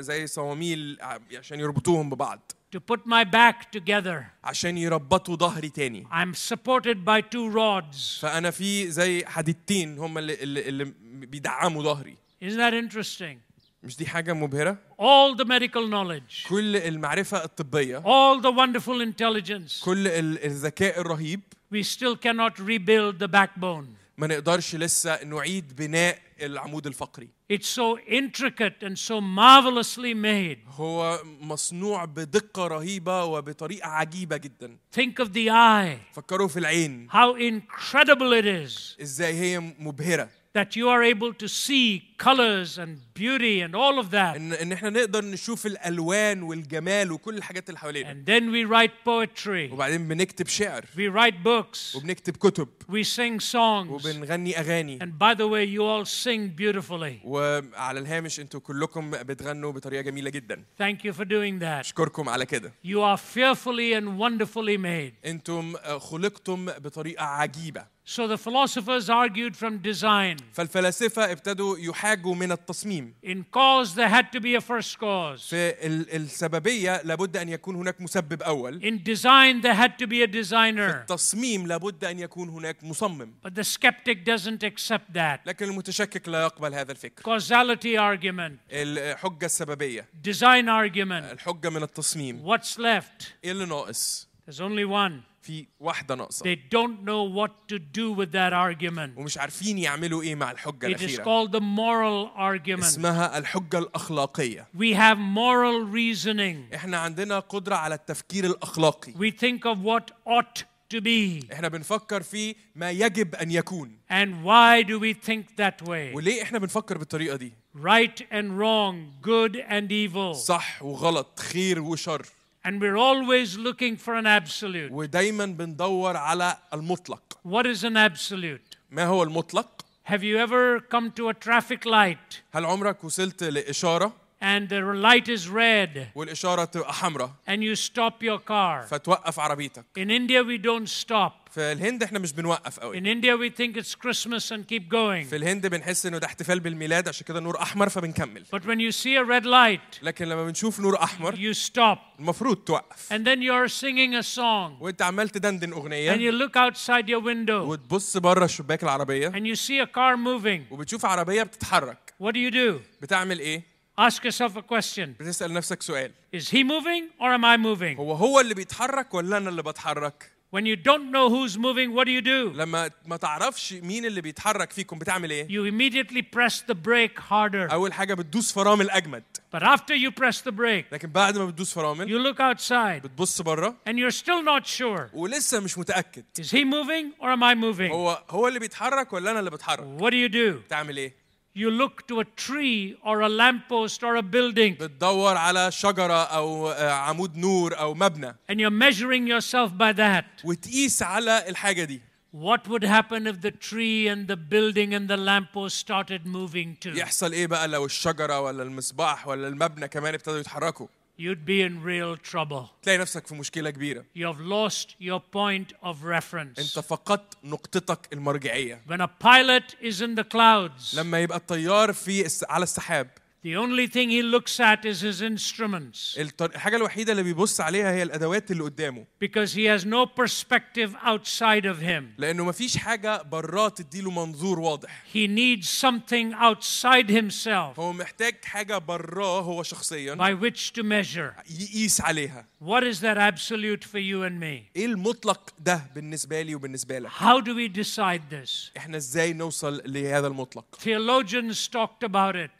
B: زي صواميل آه، عشان يربطوهم ببعض
A: to put my back together.
B: عشان يربطوا ظهري تاني
A: I'm supported by two rods.
B: فانا في زي حديدتين هم اللي, اللي, اللي بيدعموا ظهري
A: Isn't that interesting?
B: مش دي حاجه مبهره
A: All the medical knowledge,
B: كل المعرفه الطبيه
A: all the wonderful intelligence,
B: كل ال- الذكاء الرهيب
A: we still cannot rebuild the backbone.
B: ما نقدرش لسه نعيد بناء العمود الفقري
A: It's so intricate and so marvelously made.
B: هو مصنوع بدقه رهيبه وبطريقه عجيبه جدا
A: Think of the eye,
B: فكروا في العين
A: how incredible it is
B: ازاي هي مبهره
A: that you are able to see colors and beauty and all of that.
B: ان ان احنا نقدر نشوف الالوان والجمال وكل الحاجات اللي حوالينا
A: And then we write poetry,
B: وبعدين بنكتب شعر
A: we write books,
B: وبنكتب كتب
A: we sing songs.
B: وبنغني اغاني
A: And by the way, you all sing beautifully.
B: وعلى الهامش انتوا كلكم بتغنوا بطريقه جميله جدا
A: Thank you for doing that.
B: اشكركم على كده
A: You are fearfully and wonderfully made.
B: انتم آه، خلقتم بطريقه عجيبه
A: So the philosophers argued from design.
B: فالفلاسفه ابتدوا يحاجوا من التصميم
A: In cause, there had to be a first cause.
B: في ال- السببيه لابد ان يكون هناك مسبب اول
A: In design, there had to be a designer.
B: التصميم لابد ان يكون هناك مصمم
A: But the skeptic doesn't accept that.
B: لكن المتشكك لا يقبل هذا الفكر
A: Causality argument,
B: الحجه السببيه
A: design argument.
B: الحجه من التصميم
A: What's left?
B: ايه اللي ناقص
A: There's only one.
B: في واحده ناقصه
A: They don't know what to do with that argument.
B: ومش عارفين يعملوا ايه مع الحجه
A: It is
B: الاخيره
A: called the moral argument.
B: اسمها الحجه الاخلاقيه
A: We have moral reasoning.
B: احنا عندنا قدرة على التفكير الأخلاقي
A: We think of what ought to be.
B: احنا بنفكر في ما يجب أن يكون
A: And why do we think that way?
B: وليه احنا بنفكر بالطريقة دي
A: Right and wrong, good and evil.
B: صح وغلط خير وشر
A: And we're always looking for an absolute.
B: ودايما بندور على المطلق
A: What is an absolute?
B: ما هو المطلق
A: Have you ever come to a traffic light
B: هل عمرك وصلت لإشارة
A: and the light is red
B: والإشارة تبقى حمراء
A: and you stop your car?
B: فتوقف عربيتك
A: In India, we don't stop.
B: في الهند احنا مش بنوقف قوي
A: In India, we think it's Christmas and keep going.
B: في الهند بنحس انه ده احتفال بالميلاد عشان كده نور احمر فبنكمل
A: But when you see a red light,
B: لكن لما بنشوف نور احمر
A: you stop.
B: المفروض توقف
A: And then you're singing a song.
B: وانت عمال تدندن
A: and
B: اغنيه
A: you look outside your window
B: وتبص بره شباك العربيه
A: and you see a car moving,
B: وبتشوف عربيه بتتحرك
A: what do you do?
B: بتعمل ايه
A: Ask yourself a question
B: بتسال نفسك سؤال
A: Is he moving or am I moving?
B: هو هو اللي بيتحرك ولا انا اللي بتحرك
A: When you don't know who's moving, what do you do?
B: لما ما تعرفش مين اللي بيتحرك فيكم بتعمل ايه
A: You immediately press the brake harder.
B: اول حاجه بتدوس فرامل اجمد
A: But after you press the brake,
B: لكن بعد ما بتدوس فرامل
A: you look outside
B: بتبص بره
A: and you're still not sure
B: ولسه مش متاكد
A: is he moving or am I moving?
B: هو هو اللي بيتحرك ولا انا اللي بتحرك
A: What do you do?
B: تعمل ايه
A: You look to a tree or a lamppost or a building
B: بتدور على شجره او آه، عمود نور او مبنى
A: and you're measuring yourself by that.
B: وتقيس على الحاجه دي
A: What would happen if the tree and the building and the lamppost started moving too?
B: يحصل ايه بقى لو الشجره ولا المصباح ولا المبنى كمان ابتدوا يتحركوا
A: You'd be in real trouble.
B: تلاقي نفسك في مشكله كبيره
A: You have lost your point of reference.
B: انت فقدت نقطتك المرجعيه
A: When a pilot is in the clouds,
B: لما يبقى الطيار في الس- على السحاب
A: the only thing he looks at is his instruments
B: الط- الحاجه الوحيده اللي بيبص عليها هي الادوات اللي قدامه
A: because he has no perspective outside of him.
B: لانه مفيش حاجه براه تديله منظور واضح
A: He needs something outside himself
B: هو محتاج حاجه براه هو شخصيا
A: by which to measure.
B: يقيس عليها
A: What is that absolute for you and me?
B: ايه المطلق ده بالنسبه لي وبالنسبه لك
A: How do we decide this?
B: احنا ازاي نوصل لهذا المطلق
A: Theologians talked about it.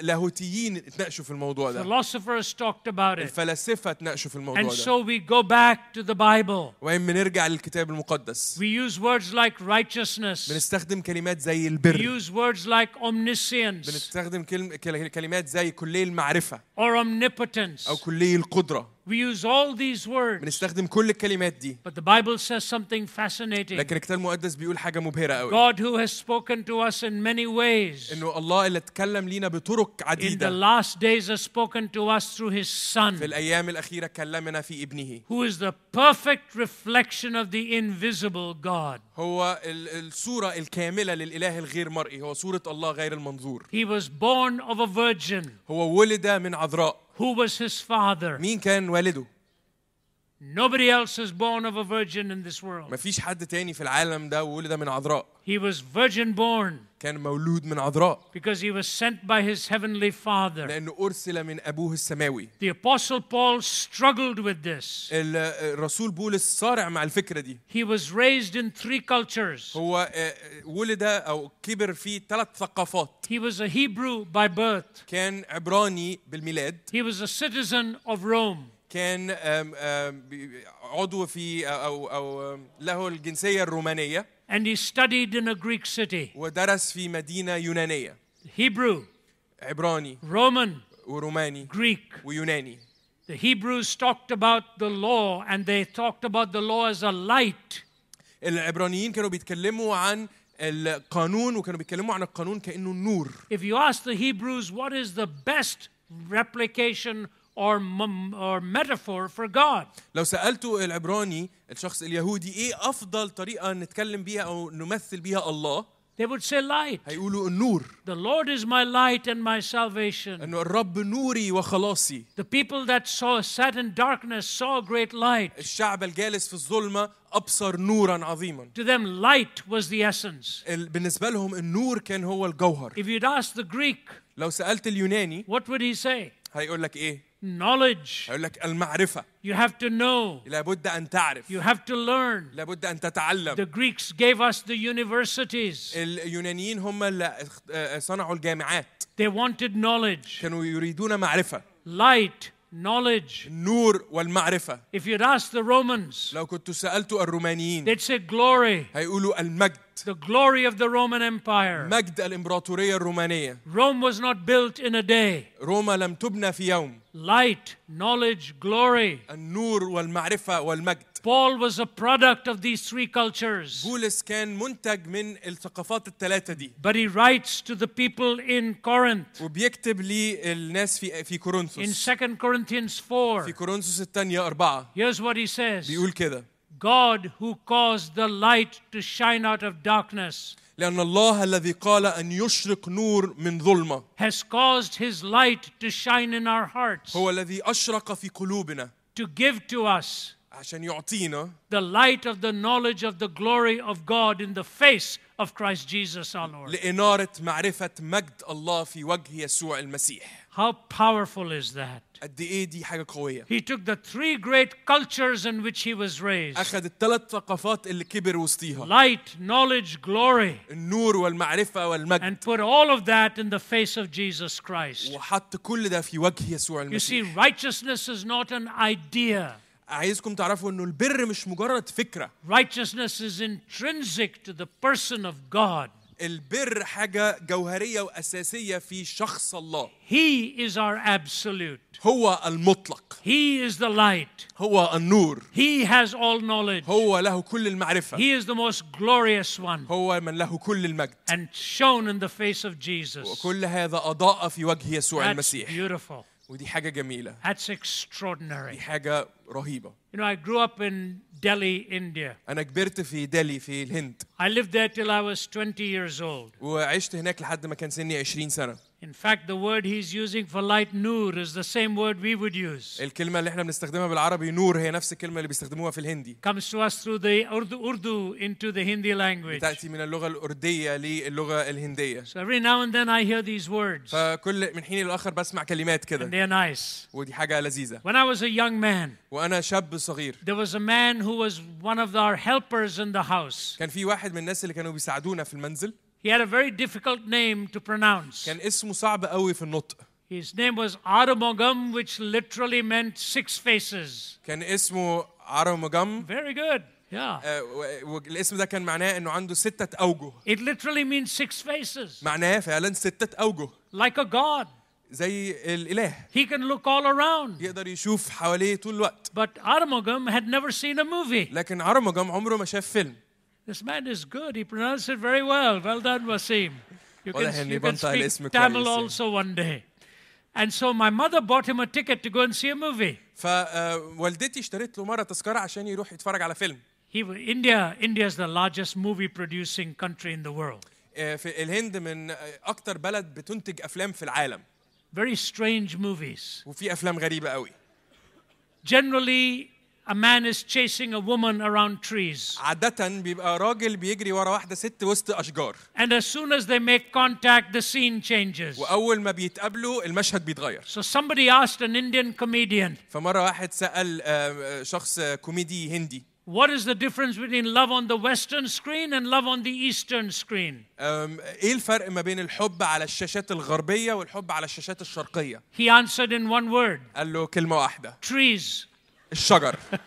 B: اللاهوتيين اتناقشوا في الموضوع ده
A: Philosophers talked about it.
B: الفلاسفه اتناقشوا في الموضوع
A: And
B: ده
A: so we go back to the Bible.
B: وإما نرجع للكتاب المقدس
A: We use words like righteousness.
B: بنستخدم كلمات زي
A: We
B: البر
A: use words like omniscience
B: بنستخدم كلم... كل- كلمات زي كلية المعرفة
A: or
B: أو
A: omnipotence.
B: كلية القدرة
A: We use all these words.
B: بنستخدم كل الكلمات دي
A: But the Bible says something fascinating.
B: لكن الكتاب المقدس بيقول حاجة مبهرة قوي
A: God, who has spoken to us in many ways,
B: إنه الله اللي اتكلم لينا بطرق
A: in the
B: عديدة
A: last days has spoken to us through His
B: في
A: Son,
B: الأيام الأخيرة كلمنا في ابنه
A: who is the perfect reflection of the invisible God.
B: هو ال- الصورة الكاملة للإله الغير مرئي هو صورة الله غير المنظور
A: He was born of a virgin.
B: هو ولد من عذراء
A: Who was His father?
B: مين كان والده؟
A: Nobody else is born of a virgin in this world.
B: مفيش حد تاني في العالم ده ولد من عذراء
A: He was virgin born
B: كان مولود من عذراء
A: because he was sent by his heavenly Father.
B: لأنه أرسل من أبوه السماوي
A: The Apostle Paul struggled with this.
B: ال- الرسول بولس صارع مع الفكرة دي
A: He was raised in three cultures.
B: هو آه، آه، ولد أو كبر في ثلاث ثقافات
A: He was a Hebrew by birth,
B: كان عبراني بالميلاد
A: he was a citizen of Rome,
B: كان آم، آم، بي- عضو في أو أو آم، له الجنسية الرومانية
A: and he studied in a Greek city.
B: ودرس في مدينة يونانية
A: Hebrew,
B: عبراني
A: Roman,
B: وروماني
A: Greek.
B: ويوناني
A: The Hebrews talked about the law and they talked about the law as a light.
B: العبرانيين كانوا بيتكلموا عن القانون وكانوا بيتكلموا عن القانون كأنه النور
A: If you ask the Hebrews what is the best replication or, mem- or metaphor for God,
B: لو سألتوا العبراني الشخص اليهودي ايه افضل طريقة نتكلم بيها او نمثل بيها الله
A: they would say light.
B: هيقولوا النور
A: The Lord is my light and my salvation.
B: انه الرب نوري وخلاصي
A: The people that saw sat in darkness saw great light.
B: الشعب الجالس في الظلمة ابصر نورا عظيما
A: To them, light was the essence.
B: ال- بالنسبة لهم النور كان هو الجوهر
A: If you'd ask the Greek,
B: لو سألت اليوناني
A: what would he say?
B: هيقول لك ايه
A: Knowledge.
B: هيقول لك المعرفة
A: You have to know.
B: لابد ان تعرف
A: You have to learn.
B: لابد ان تتعلم
A: The Greeks gave us the universities.
B: اليونانيين هم اللي اخت- آه، صنعوا الجامعات
A: They wanted knowledge.
B: كانوا يريدون معرفة
A: Light, knowledge.
B: النور والمعرفة
A: If you'd ask the Romans,
B: لو كنت سألتوا الرومانيين
A: They'd say glory,
B: هيقولوا المجد
A: the glory of the Roman Empire.
B: مجد الإمبراطورية الرومانية
A: Rome was not built in a day.
B: روما لم تبنى في يوم
A: Light, knowledge, glory.
B: النور والمعرفة والمجد
A: Paul was a product of these three cultures.
B: بولس كان منتج من الثقافات الثلاثة دي
A: But he writes to the people in Corinth
B: وبيكتب للناس في في
A: in
B: كورنثوس
A: 2 Corinthians
B: في
A: 4.
B: كورنثوس الثانية أربعة
A: Here's what he says
B: بيقول كده
A: God, who caused the light to shine out of darkness,
B: لأن الله الذي قال أن يشرق نور من ظلمة
A: has caused his light to shine in our hearts
B: هو الذي أشرق في قلوبنا
A: to give to us
B: عشان يعطينا
A: the light of the knowledge of the glory of God in the face of Christ Jesus our Lord.
B: لإنارة معرفة مجد الله في وجه يسوع المسيح
A: How powerful is that?
B: قد إيه دي حاجة قوية
A: He took the three great cultures in which he was raised
B: أخذ الثلاث ثقافات اللي كبر وسطيها
A: light, knowledge, glory
B: النور والمعرفة والمجد
A: and put all of that in the face of Jesus Christ.
B: وحط كل ده في وجه يسوع
A: You see,
B: المسيح
A: righteousness is not an idea,
B: عايزكم تعرفوا إنه البر مش مجرد فكرة
A: righteousness is intrinsic to the person of God.
B: البر حاجة جوهرية وأساسية في شخص الله
A: He is our absolute,
B: هو المطلق
A: He is the light,
B: هو النور
A: He has all knowledge.
B: هو له كل المعرفة
A: He is the most glorious one
B: هو من له كل المجد
A: and shown in the face of Jesus.
B: وكل هذا أضاء في وجه يسوع
A: That's
B: المسيح
A: beautiful.
B: ودي حاجة جميلة
A: That's
B: دي
A: extraordinary.
B: حاجة رهيبة
A: You know, I grew up in Delhi, India.
B: أنا كبرت في دالي في الهند
A: I lived there till I was 20 years old.
B: وعشت هناك لحد ما كان سني 20 سنة
A: In fact, the word he's using for light, nur, is the same word we would use.
B: الكلمة اللي احنا بنستخدمها بالعربي نور هي نفس الكلمة اللي بيستخدموها في الهندي
A: Comes to us through the Urdu, Urdu into the Hindi language.
B: تأتي من اللغة الأردية للغة الهندية
A: So every now and then I hear these words,
B: فكل من حين لآخر بسمع كلمات
A: and
B: كده
A: they're nice.
B: ودي حاجة لذيذة
A: When I was a young man,
B: وأنا شاب صغير
A: there was a man who was one of our helpers in the house.
B: كان في واحد من الناس اللي كانوا بيساعدونا في المنزل
A: He had a very difficult name to pronounce.
B: كان اسمه صعب قوي في النطق
A: His name was Arumugam, which literally meant six faces.
B: كان اسمه عرمجم
A: Very good. Yeah.
B: آه، و- والاسم ده كان معناه انه عنده ستة اوجه
A: It literally means six faces,
B: معناه فعلا ستة اوجه
A: like a god.
B: زي الاله
A: He can look all around.
B: يقدر يشوف حواليه طول الوقت
A: But Arumugam had never seen a movie.
B: لكن عرمجم عمره ما شاف فيلم
A: This man is good. He pronounced it very well. Well done, Wasim. You
B: واضح
A: can,
B: إن
A: you can
B: بنطق على
A: speak
B: اسمك
A: Tamil
B: كويس يعني.
A: also one day. And so my mother bought him a ticket to go and see a movie.
B: فوالدتي آه، اشترت له مرة تذكرة عشان يروح يتفرج على فيلم
A: He, India, India is the largest movie producing country in the world.
B: آه، في الهند من آه، اكتر بلد بتنتج افلام في العالم
A: very strange movies.
B: وفي افلام غريبة قوي
A: Generally, a man is chasing a woman around trees.
B: عادة بيبقى راجل بيجري ورا واحدة ست وسط أشجار
A: And as soon as they make contact, the scene changes.
B: وأول ما بيتقابلوا المشهد بيتغير
A: So somebody asked an Indian comedian,
B: فمرة واحد سأل آه، آه، شخص آه، كوميدي هندي
A: What is the difference between love on the Western screen and love on the Eastern screen?
B: آم، إيه الفرق ما بين الحب على الشاشات الغربية والحب على الشاشات الشرقية
A: He answered in one word
B: قال له كلمة واحدة
A: trees.
B: الشجر <laughs>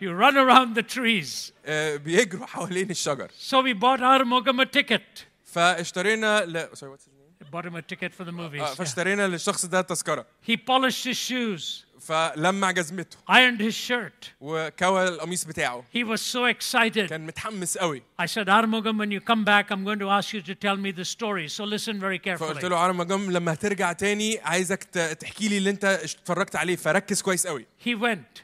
A: You run around the trees.
B: آه، بيجروا حوالين الشجر
A: So we bought our Mogam a ticket.
B: فاشترينا ل... sorry, what's his name?
A: Bought him a ticket for the movies.
B: آه،
A: yeah.
B: فاشترينا للشخص ده تذكرة
A: He polished his shoes,
B: فلمع جزمته
A: ironed his shirt.
B: وكوى القميص بتاعه
A: He was so excited.
B: كان متحمس قوي
A: I said, Armugam, when you come back, I'm going to ask you to tell me the story. So listen very
B: فقلت
A: carefully.
B: له عرم جم لما هترجع تاني عايزك ت- تحكي لي اللي انت اتفرجت عليه فركز كويس قوي
A: He went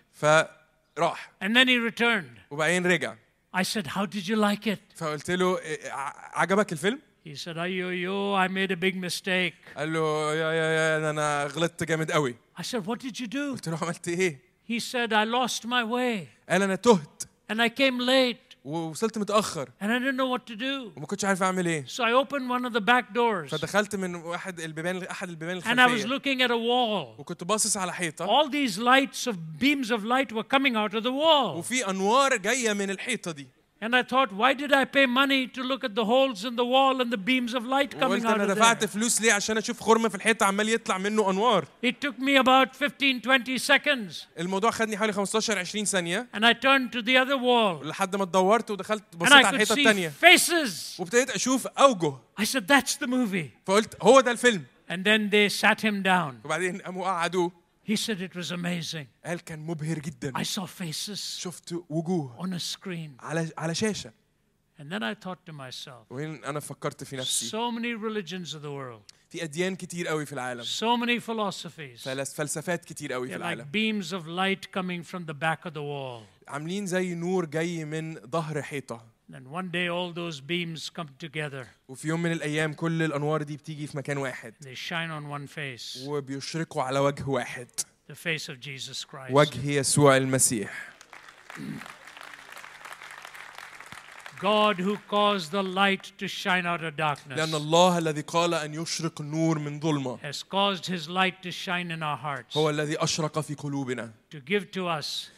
B: فراح
A: and then he returned.
B: وبعدين رجع
A: I said, How did you like it?
B: فقلت له إيه، ع- عجبك الفيلم؟
A: He said, Ayo, yo, I made a big mistake.
B: قال له يا يا يا ده انا غلطت جامد قوي
A: I said, What did you do?
B: قلت له عملت ايه؟
A: He said, I lost my way
B: قال انا تهت
A: and I came late
B: ووصلت متاخر
A: and I didn't know what to do.
B: وما كنتش عارف اعمل ايه
A: So I opened one of the back doors
B: فدخلت من واحد البيبان احد البيبان
A: and I was
B: الخلفيه
A: looking at a wall.
B: وكنت باصص على حيطه
A: All these lights of beams of light were coming out of the wall.
B: وفي انوار جايه من الحيطه دي
A: And I thought, why did I pay money to look at the holes in the wall and the beams of light coming
B: وقلت
A: out
B: انا
A: of there?
B: دفعت فلوس ليه عشان اشوف خرم في الحيطه عمال يطلع منه انوار
A: It took me about 15, 20 seconds,
B: الموضوع خدني حوالي 15 20 ثانيه
A: and I turned to the other wall,
B: لحد ما اتدورت ودخلت بصيت
A: and
B: على
A: I could
B: الحيطه
A: see
B: الثانيه
A: faces.
B: وابتديت اشوف اوجه
A: I said, "That's the movie."
B: فقلت هو ده الفيلم
A: And then they sat him down.
B: وبعدين قاموا قعدوه
A: He said it was amazing.
B: قال كان مبهر جدا
A: I saw faces
B: شفت وجوه
A: on a screen,
B: على على شاشه
A: and then I thought to myself,
B: وين انا فكرت في نفسي
A: so many religions of the world,
B: في اديان كتير قوي في العالم
A: so many philosophies.
B: فلس- فلسفات كتير قوي في
A: They're
B: العالم
A: like beams of light coming from the back of the wall.
B: عاملين زي نور جاي من ظهر حيطه
A: And one day all those beams come together.
B: وفي يوم من الايام كل الانوار دي بتيجي في مكان واحد
A: They shine on one face,
B: وبيشرقوا على وجه واحد
A: the face of Jesus Christ.
B: وجه يسوع المسيح
A: God who caused the light to shine out of darkness
B: لأن الله الذي قال أن يشرق النور من ظلمة
A: has caused his light to shine in our hearts
B: هو الذي أشرق في قلوبنا
A: to give to us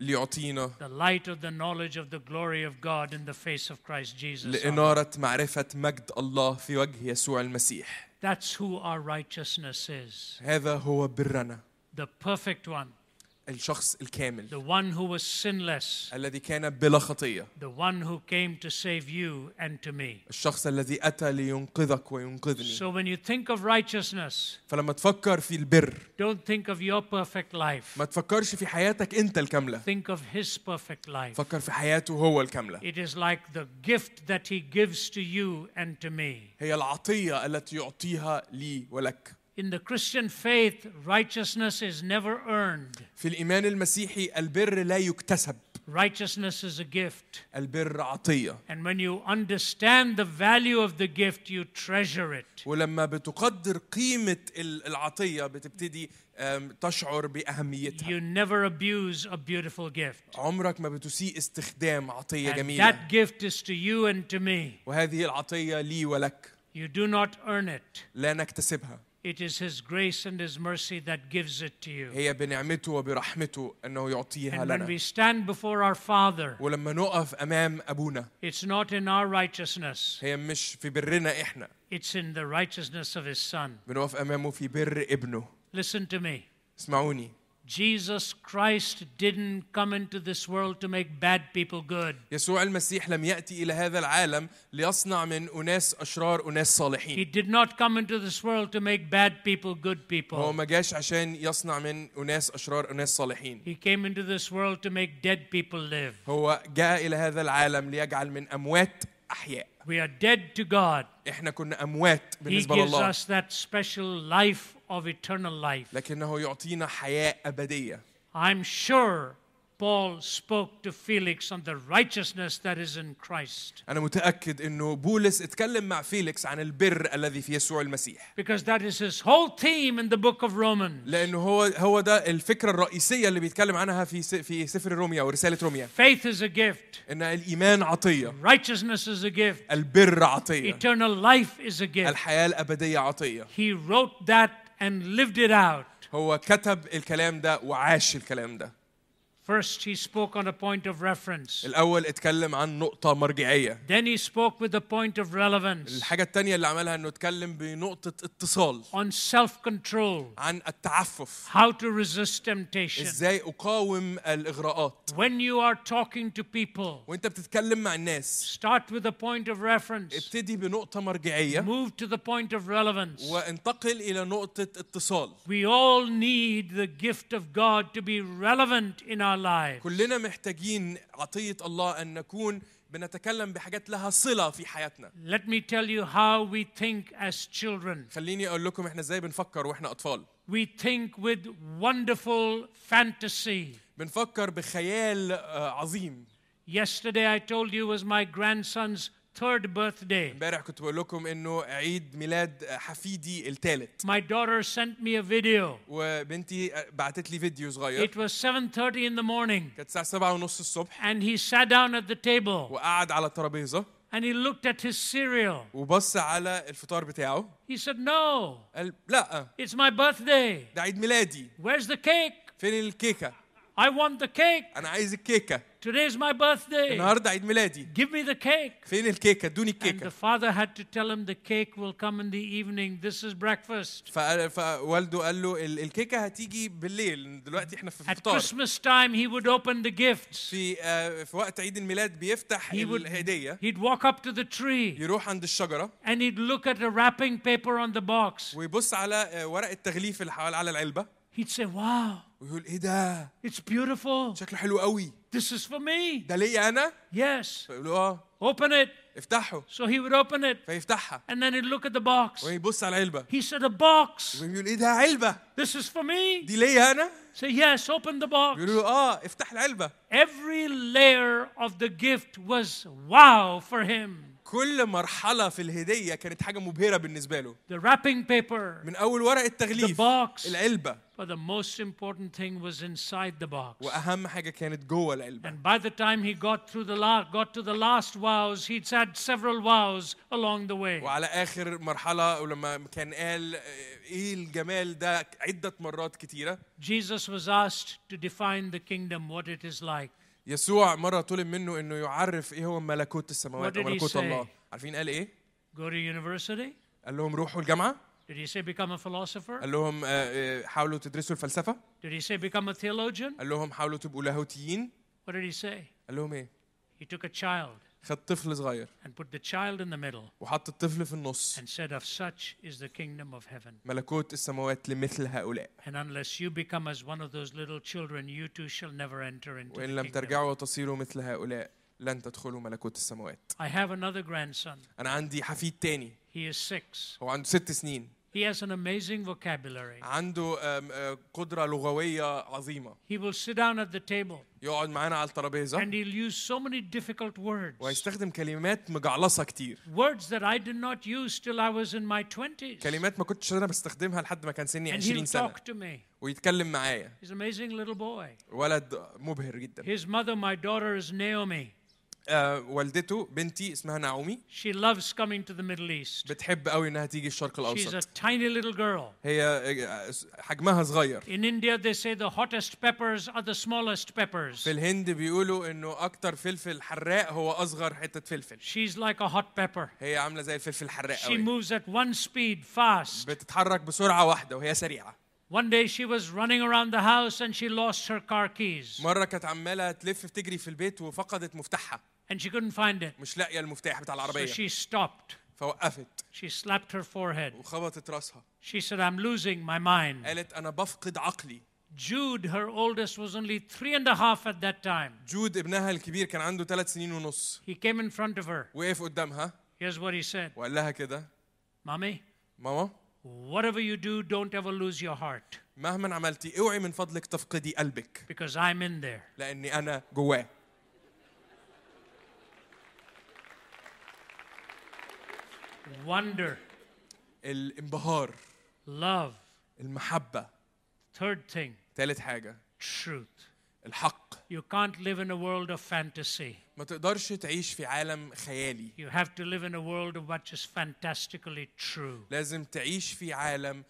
B: ليعطينا
A: the light of the knowledge of the glory of God in the face of Christ Jesus. our Lord.
B: لإنارة معرفة مجد الله في وجه يسوع المسيح
A: That's who our righteousness is
B: هذا هو برنا
A: the perfect one,
B: الشخص الكامل
A: the one who was sinless,
B: الذي كان بلا خطية
A: the one who came to save you and to me.
B: الشخص الذي أتى لينقذك وينقذني
A: So when you think of righteousness,
B: فلما تفكر في البر
A: don't think of your perfect life,
B: ما تفكرش في حياتك أنت الكاملة
A: think of his perfect life.
B: فكر في حياته هو الكاملة
A: It is like the gift that he gives to you and to me.
B: هي العطية التي يعطيها لي ولك
A: In the Christian faith, righteousness is never earned.
B: في الإيمان المسيحي البر لا يكتسب
A: Righteousness is a gift.
B: البر عطية
A: And when you understand the value of the gift, you treasure it.
B: ولما بتقدر قيمة ال- العطية بتبتدي أم، تشعر بأهميتها
A: You never abuse a beautiful gift.
B: عمرك ما بتسيء استخدام عطية
A: And
B: جميلة
A: that gift is to you and to me.
B: وهذه العطية لي ولك
A: You do not earn it.
B: لا نكتسبها
A: It is His grace and His mercy that gives it to you.
B: هي بنعمته وبرحمته أنه يعطيها
A: And when
B: لنا
A: we stand before our Father,
B: ولما نقف أمام أبونا
A: it's not in our righteousness,
B: هي مش في برنا إحنا
A: it's in the righteousness of His Son.
B: بنقف أمامه في بر ابنه
A: Listen to me.
B: اسمعوني
A: Jesus Christ didn't come into this world to make bad people good.
B: يسوع المسيح لم يأتي إلى هذا العالم ليصنع من أناس أشرار أناس
A: He
B: صالحين
A: did not come into this world to make bad people good
B: هو
A: people.
B: ما جاش عشان يصنع من أناس أشرار أناس صالحين
A: He came into this world to make dead people live.
B: هو جاء إلى هذا العالم ليجعل من أموات أحياء
A: We are dead to God.
B: إحنا كنا أموات
A: He
B: بالنسبة
A: gives
B: لله
A: us that special life of eternal life.
B: لكنه يعطينا حياة أبدية
A: I'm sure Paul spoke to Felix on the righteousness that is in Christ
B: أنا متأكد إنه بولس اتكلم مع فيليكس عن البر الذي في يسوع المسيح
A: because that is his whole theme in the book of Romans.
B: لأنه هو هو ده الفكرة الرئيسية اللي بيتكلم عنها في س- في سفر روميا ورسالة روميا
A: Faith is a gift,
B: إن الإيمان عطية
A: righteousness is a gift,
B: البر عطية
A: eternal life is a gift.
B: الحياة الأبدية عطية
A: He wrote that and lived it out.
B: هو كتب الكلام ده وعاش الكلام ده
A: First, he spoke on a point of reference.
B: الأول اتكلم عن نقطة مرجعية
A: Then he spoke with a point of relevance
B: الحاجة التانية اللي عملها إنه اتكلم بنقطة اتصال
A: on self control,
B: عن التعفف
A: how to resist temptation.
B: إزاي أقاوم الإغراءات
A: When you are talking to people,
B: وأنت بتتكلم مع الناس
A: start with a point of reference,
B: ابتدي بنقطة مرجعية
A: move to the point of relevance.
B: وانتقل إلى نقطة اتصال
A: We all need the gift of God to be relevant in our lives.
B: كلنا محتاجين عطية الله أن نكون بنتكلم بحاجات لها صلة في حياتنا
A: Let me tell you how we think as children.
B: خليني أقول لكم إحنا إزاي بنفكر وإحنا أطفال
A: We think with wonderful fantasy.
B: بنفكر بخيال آه، عظيم
A: Yesterday, I told you, was my grandson's third birthday.
B: امبارح كنت بقول لكم انه عيد ميلاد حفيدي الثالث
A: My daughter sent me a video.
B: وبنتي آه، بعتت لي فيديو صغير
A: It was 7:30 in the morning,
B: كانت الساعه سبعة ونص الصبح
A: and he sat down at the table
B: وقعد على الترابيزه
A: and he looked at his cereal.
B: وبص على الفطار بتاعه
A: He said, "No,
B: قال لا
A: it's my birthday.
B: ده عيد ميلادي
A: Where's the cake?
B: فين الكيكه
A: I want the cake.
B: انا عايز الكيكه
A: Today's my birthday.
B: النهارده عيد ميلادي
A: Give me the cake."
B: فين الكيكه ادوني
A: And the
B: الكيكه
A: father had to tell him the cake will come in the evening. This is breakfast.
B: فقال- فوالده قال له "ال- الكيكه هتيجي بالليل دلوقتي احنا في
A: At
B: الفطار
A: Christmas time, he would open the gifts.
B: في آه، في وقت عيد الميلاد بيفتح
A: He would,
B: الهديه
A: he'd walk up to the tree.
B: يروح عند الشجره
A: and he'd look at the wrapping paper on the box.
B: ويبص على آه، ورق التغليف اللي حوالي على العلبه
A: He'd say, Wow,
B: ويقول ايه ده
A: it's beautiful.
B: شكله حلو قوي
A: This is for me.
B: ده ليا انا
A: Yes,
B: فيقول له اه
A: open it.
B: افتحه
A: So he would open it
B: فيفتحها
A: and then he'd look at the box.
B: ويبص على العلبه
A: He said, A box.
B: ويقول ايه ده علبه
A: This is for me.
B: دي ليا انا
A: Say, Yes, open the box.
B: بيقول له اه افتح العلبه
A: Every layer of the gift was wow for him.
B: كل مرحلة في الهدية كانت حاجة مبهرة بالنسبة له
A: the wrapping paper,
B: من أول ورق التغليف
A: The box.
B: العلبة
A: but the most important thing was inside the box.
B: وأهم حاجة كانت جوه العلبة
A: And by the time he got through the la- got to the last vows, he'd had several vows along the way.
B: وعلى آخر مرحلة ولما كان قال آه، إيه الجمال ده عدة مرات كتيرة
A: Jesus was asked to define the kingdom, what it is like.
B: يسوع مرة طلب منه إنه يعرف إيه هو ملكوت
A: What
B: السماوات
A: did
B: أو
A: he
B: ملكوت
A: say?
B: الله عارفين قال إيه؟
A: Go to university?
B: قال لهم روحوا الجامعة
A: Did he say become a philosopher?
B: قال لهم آه، آه، حاولوا تدرسوا الفلسفة
A: Did he say become a theologian?
B: قال لهم حاولوا تبقوا لاهوتيين
A: What did he say?
B: قال لهم إيه؟
A: He took a child
B: خد طفل صغير
A: and put the child in the middle
B: وحط الطفل في النص
A: and said, Of such is the kingdom of heaven.
B: ملكوت السماوات لمثل هؤلاء
A: And unless you become as one of those little children, you too shall never enter into
B: وإن
A: the
B: لم
A: kingdom.
B: ترجعوا وتصيروا مثل هؤلاء لن تدخلوا ملكوت السماوات
A: I have another grandson.
B: أنا عندي حفيد تاني
A: He is six.
B: هو عنده ست سنين
A: He has an amazing vocabulary.
B: عنده آم، آه، قدرة لغوية عظيمة
A: He will sit down at the table
B: يقعد معانا على الترابيزة
A: and he'll use so many difficult words.
B: وهيستخدم كلمات مجعلصة كتير
A: Words that I did not use till I was in my 20s.
B: كلمات ما كنتش أنا بستخدمها لحد ما كان سني
A: and he'll
B: 20 سنة
A: talk to me.
B: ويتكلم معايا
A: He's an amazing little boy.
B: ولد مبهر جدا
A: His mother, my daughter, is Naomi.
B: آه والدته بنتي اسمها نعومي
A: She loves coming to the Middle East.
B: بتحب قوي انها تيجي الشرق
A: She's a
B: الاوسط
A: tiny little girl.
B: هي آه، حجمها صغير
A: In India, they say the hottest peppers are the smallest peppers.
B: في الهند بيقولوا انه اكتر فلفل حراق هو اصغر حته فلفل
A: She's like a hot pepper.
B: هي عامله زي الفلفل الحراق
A: She
B: قوي
A: moves at one speed, fast.
B: بتتحرك بسرعه واحده وهي سريعه
A: One day she was running around the house and she lost her car keys
B: مره كانت عماله تلف بتجري في البيت وفقدت مفتاحها
A: and she couldn't find it.
B: مش لاقيه المفتاح بتاع
A: So
B: العربيه
A: she stopped.
B: فوقفت
A: She slapped her forehead.
B: وخبطت راسها
A: She said, I'm losing my mind.
B: قالت انا بفقد عقلي
A: Jude, her oldest, was only three and a half at that time.
B: جود ابنها الكبير كان عنده ثلاث سنين ونص
A: He came in front of her.
B: وقف قدامها
A: Here's what he said
B: وقال لها كده
A: Mommy,
B: ماما
A: whatever you do, don't ever lose your heart
B: مهما عملتي اوعي من فضلك تفقدي قلبك
A: because I'm in there.
B: لاني انا جواه
A: Wonder,
B: الانبهار
A: love.
B: المحبه
A: Third thing,
B: ثالث حاجه
A: truth.
B: الحق
A: You can't live in a world of fantasy.
B: ما تقدرش تعيش في عالم خيالي
A: You have to live in a world of what is fantastically true.
B: لازم تعيش في عالم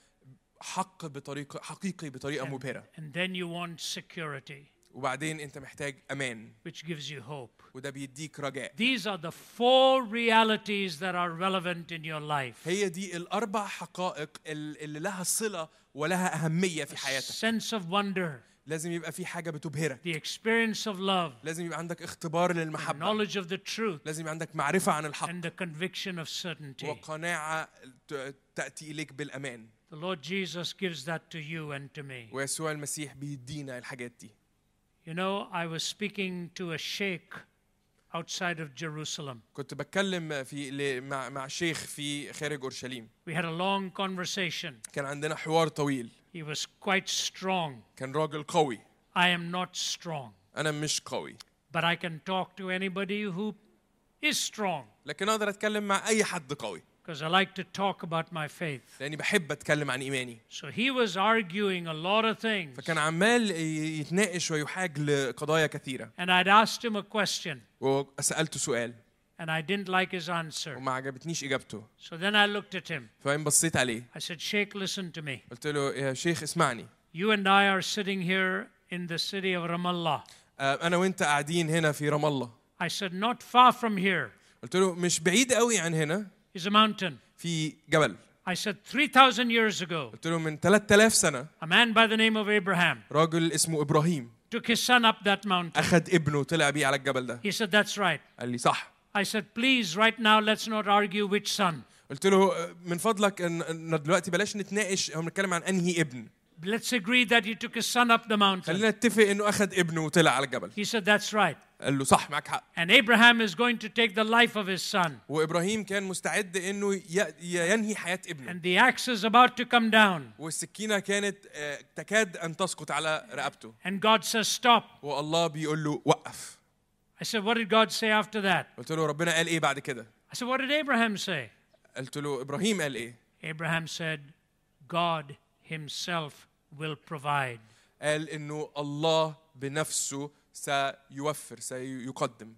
B: حق بطريقه حقيقي بطريقه مبهره
A: And then you want security,
B: وبعدين انت محتاج امان
A: which gives you hope.
B: وده بيديك رجاء
A: These are the four realities that are relevant in your life.
B: هي دي الاربع حقائق ال- اللي لها صله ولها اهميه في حياتك
A: Sense of wonder,
B: لازم يبقى في حاجه بتبهرك
A: the experience of love,
B: لازم يبقى عندك اختبار للمحبه
A: knowledge of the truth,
B: لازم يبقى عندك معرفه عن الحق
A: and the conviction of certainty.
B: وقناعه ت- تاتي اليك بالامان
A: The Lord Jesus gives that to you and to me.
B: ويسوع المسيح بيدينا الحاجات دي
A: You know, I was speaking to a sheikh outside of Jerusalem.
B: كنت بتكلم في ل- مع مع شيخ في خارج اورشليم
A: We had a long conversation.
B: كان عندنا حوار طويل
A: He was quite strong.
B: كان راجل قوي
A: I am not strong,
B: انا مش قوي
A: but I can talk to anybody who is strong
B: لكن اقدر اتكلم مع اي حد قوي
A: because I like to talk about my faith.
B: لاني بحب اتكلم عن ايماني
A: So he was arguing a lot of things.
B: فكان عمال ي- يتناقش ويحاج لقضايا كثيره
A: And I'd asked him a question,
B: وسالته سؤال
A: and I didn't like his answer.
B: وما عجبتنيش اجابته
A: So then I looked at him.
B: فاهم بصيت عليه
A: I said, Sheikh, listen to me.
B: قلت له يا شيخ اسمعني
A: You and I are sitting here in the city of Ramallah.
B: آه، انا وانت قاعدين هنا في رام الله
A: I said, Not far from here
B: قلت له مش بعيد قوي عن هنا
A: is a mountain.
B: في جبل
A: I said, 3,000 years ago,
B: قلت له من 3000 سنه
A: a man by the name of Abraham
B: راجل اسمه ابراهيم
A: took his son up that mountain.
B: اخذ ابنه وطلع بيه على الجبل ده
A: He said, That's right.
B: قال لي صح
A: I said, Please, right now, let's not argue which son.
B: قلت له آه، من فضلك ان إن دلوقتي بلاش نتناقش او نتكلم عن انهي ابن
A: Let's agree that he took his son up the mountain.
B: خلينا نتفق انه اخذ ابنه وطلع على الجبل
A: He said, That's right.
B: قال له صح معاك حق
A: And Abraham is going to take the life of his son.
B: وابراهيم كان مستعد انه ي- ي- ينهي حياه ابنه
A: And the axe is about to come down.
B: والسكينه كانت آه، تكاد ان تسقط على رقبته
A: And God says, Stop.
B: والله بيقول له وقف
A: I said, What did God say after that?
B: قلت له ربنا قال ايه بعد كده
A: I I said, What did Abraham say?
B: قلت له ابراهيم قال ايه؟
A: Abraham said, God himself will provide.
B: قال انه الله بنفسه سيوفر سيقدم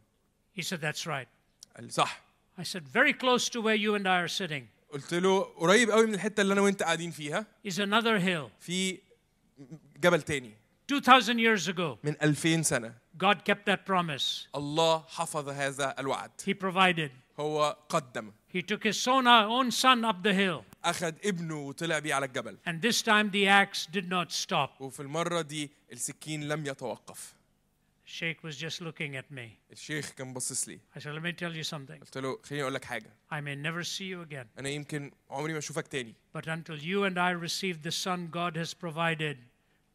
A: He said, That's right.
B: قال صح
A: I said, Very close to where you and I are sitting
B: قلت له قريب قوي من الحته اللي انا وانت قاعدين فيها
A: is another hill.
B: في جبل تاني
A: 2,000 years ago,
B: من 2000 سنه
A: God kept that promise.
B: الله حفظ هذا الوعد
A: He provided.
B: هو قدم
A: He took his son, own son up the hill.
B: اخذ ابنه وطلع بيه على الجبل
A: And this time the axe did not stop.
B: وفي المره دي السكين لم يتوقف
A: Sheikh was just looking at me.
B: الشيخ كان باصص لي
A: I said, Let me tell you something.
B: قلت له خليني اقول لك حاجه
A: I may never see you again.
B: انا يمكن عمري ما اشوفك تاني
A: But until you and I receive the Son God has provided,